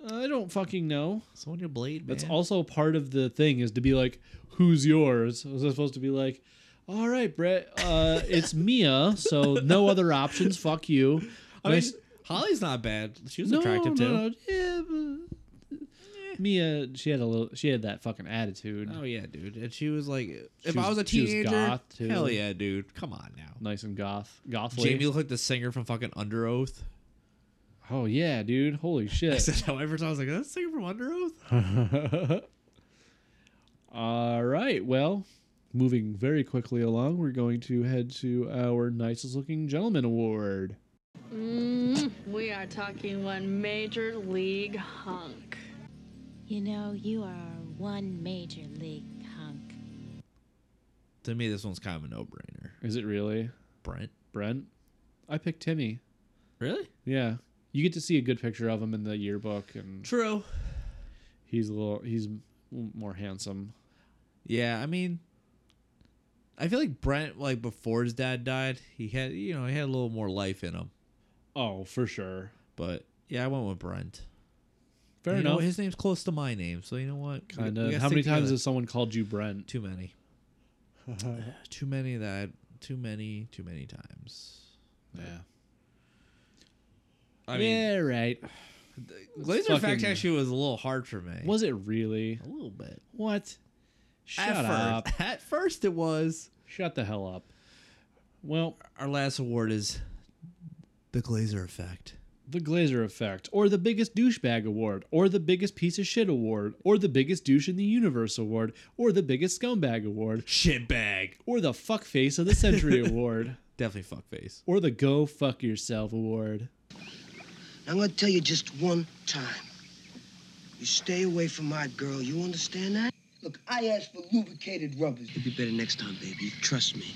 S6: I don't fucking know.
S7: It's on your blade, man.
S6: That's also part of the thing is to be like, who's yours? Was I supposed to be like, all right, Brett, uh, it's Mia, so no other options. Fuck you.
S7: I mean,
S6: Nice-
S7: Holly's not bad. She was
S6: no,
S7: attractive
S6: no, no,
S7: too.
S6: yeah, but- eh. Mia, she had a little, she had that fucking attitude,
S7: Oh yeah, dude. And she was like, if
S6: She
S7: I
S6: was-
S7: was a
S6: she was
S7: teenager,
S6: goth, too.
S7: hell yeah, dude. Come on now.
S6: nice and goth, gothly.
S7: Jamie looked like the singer from fucking Under Oath.
S6: oh yeah, dude, holy
S7: I
S6: shit.
S7: said, however, I was like, that singer from Under Oath.
S6: All right, well, moving very quickly along, we're going to head to our nicest looking gentleman award.
S10: We are talking one major league hunk.
S11: You know, you are one major league hunk.
S7: To me, this one's kind of a no-brainer.
S6: Is it really
S7: Brent,
S6: Brent? I picked Timmy.
S7: really?
S6: Yeah, you get to see a good picture of him in the yearbook, and
S7: True.
S6: he's a little, he's more handsome.
S7: Yeah, I mean, I feel like Brent, like before his dad died, he had, you know, he had a little more life in him.
S6: Oh, for sure.
S7: But yeah, I went with Brent.
S6: Fair
S7: You know
S6: enough.
S7: what? His name's close to my name, so you know what? We-
S6: kind
S7: we
S6: of.
S7: gotta
S6: How
S7: stick
S6: many times
S7: together.
S6: has someone called you Brent?
S7: Too many. too many that. Too many. Too many times.
S6: Yeah.
S7: I mean,
S6: yeah, right.
S7: Glazer fact
S6: fucking-
S7: actually was a little hard for me.
S6: Was it really?
S7: a little bit.
S6: What? Shut
S7: at
S6: up.
S7: first, at first it was.
S6: Shut the hell up. Well,
S7: Our last award is the Glazer effect.
S6: the Glazer effect, or the biggest douchebag award, or the biggest piece of shit award, or the biggest douche in the universe award, or the biggest scumbag award,
S7: Shitbag.
S6: or the fuckface of the century award,
S7: Definitely fuckface.
S6: or the go fuck yourself award.
S2: I'm gonna tell you just one time. You stay away from my girl, you understand that? Look, I asked for lubricated rubbers. You'll be better next time, baby. Trust me.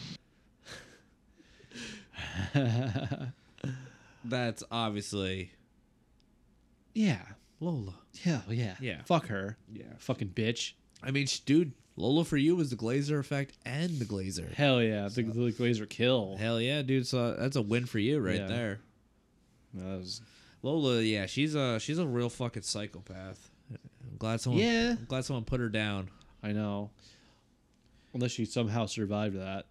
S7: That's obviously
S6: Yeah.
S7: Lola.
S6: Yeah, yeah.
S7: Yeah.
S6: Fuck her.
S7: Yeah.
S6: Fucking bitch.
S7: I mean, sh- dude, Lola for you was the Glazer effect and the Glazer.
S6: Hell yeah. The, the Glazer kill.
S7: Hell yeah, dude. So that's a win for you right
S6: Yeah.
S7: there.
S6: That was
S7: Lola, yeah, she's a she's a real fucking psychopath. I'm glad someone
S6: Yeah.
S7: I'm glad someone put her down.
S6: I know. Unless she somehow survived that.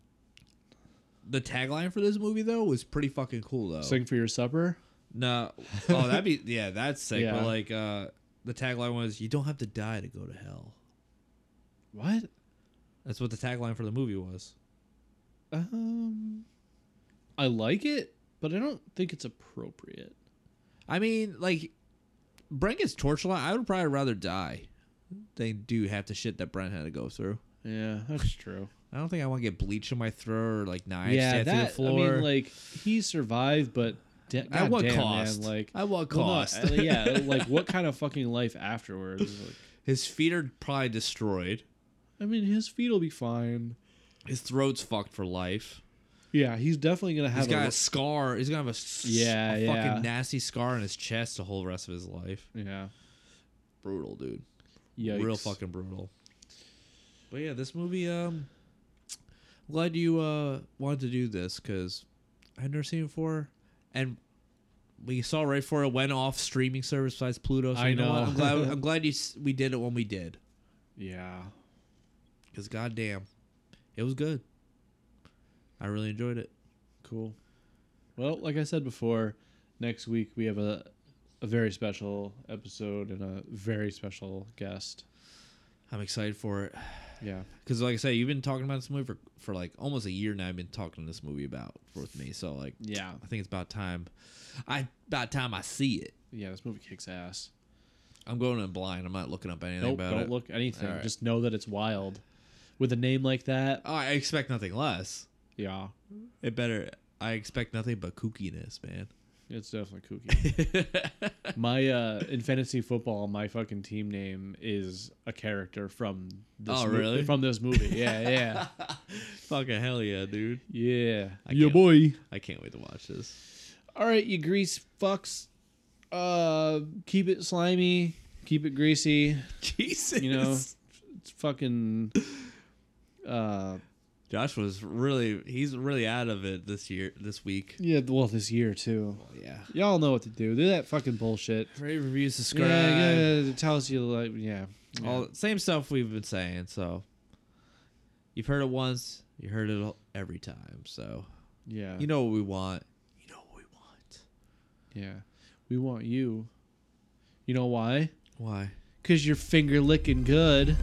S7: The tagline for this movie though was pretty fucking cool though.
S6: Sing for your supper?
S7: No, oh that'd be yeah, that's sick.
S6: Yeah.
S7: But like uh the tagline was, "You don't have to die to go to hell."
S6: What?
S7: That's what the tagline for the movie was.
S6: Um I like it, but I don't think it's appropriate.
S7: I mean, like Brent gets tortured a lot. I would probably rather die than do half the shit that Brent had to go through.
S6: Yeah, that's true.
S7: I don't think I want to get bleach in my throat or like knives
S6: yeah,
S7: stabbed through the
S6: that I
S7: floor.
S6: mean like he survived but de-
S7: at what
S6: goddamn,
S7: cost?
S6: Man, like
S7: at what
S6: well, no,
S7: cost?
S6: uh, yeah, like what kind of fucking life afterwards? Like,
S7: His feet are probably destroyed.
S6: I mean, his feet will be fine.
S7: His throat's fucked for life.
S6: Yeah, he's definitely gonna
S7: He's
S6: have
S7: got
S6: a
S7: a scar. He's gonna have a, s-
S6: Yeah,
S7: a
S6: yeah.
S7: fucking nasty scar on his chest the whole rest of his life.
S6: yeah,
S7: Brutal, dude.
S6: yeah,
S7: Real fucking brutal. But yeah, this movie. Um, I'm glad you uh wanted to do this because I've never seen it before, and we saw right before it went off streaming service besides Pluto. So
S6: I
S7: you know. what?
S6: know.
S7: I'm glad. I'm glad you s- we did it when we did
S6: yeah.
S7: because goddamn, it was good. I really enjoyed it.
S6: Cool. Well, like I said before, next week we have a a very special episode and a very special guest.
S7: I'm excited for it
S6: Yeah.
S7: because, like I said, you've been talking about this movie for, for like almost a year now. I've been talking this movie about with me, so like,
S6: Yeah.
S7: I think it's about time. I about time I see it.
S6: Yeah, this movie kicks ass.
S7: I'm going in blind. I'm not looking up anything
S6: Nope,
S7: about
S6: don't
S7: it.
S6: look anything.
S7: All right.
S6: Just know that it's wild. With a name like that.
S7: Oh, I expect nothing less.
S6: Yeah.
S7: It better. I expect nothing but kookiness, man.
S6: It's definitely kooky. my uh in fantasy football, my fucking team name is a character from this
S7: Oh,
S6: mo-
S7: really?
S6: from this movie. Yeah, yeah.
S7: Fucking hell yeah, dude!
S6: yeah.
S7: can't-
S6: boy.
S7: I can't wait to watch this.
S6: All right, you grease fucks. Uh, keep it slimy, keep it greasy.
S7: Jesus,
S6: You know, it's fucking. Uh,
S7: Josh was really. He's really out of it this year, this week.
S6: yeah. Well, this year too.
S7: Yeah.
S6: Y'all know what to do. Do that fucking bullshit.
S7: Rate, review, subscribe.
S6: Yeah, yeah. Tell us you like. Yeah.
S7: All same stuff we've been saying. So you've heard it once. You heard it all, every time. So
S6: Yeah.
S7: you know what we want. You know what we want.
S6: Yeah. We want you. You know why?
S7: Why?
S6: because you're finger licking good.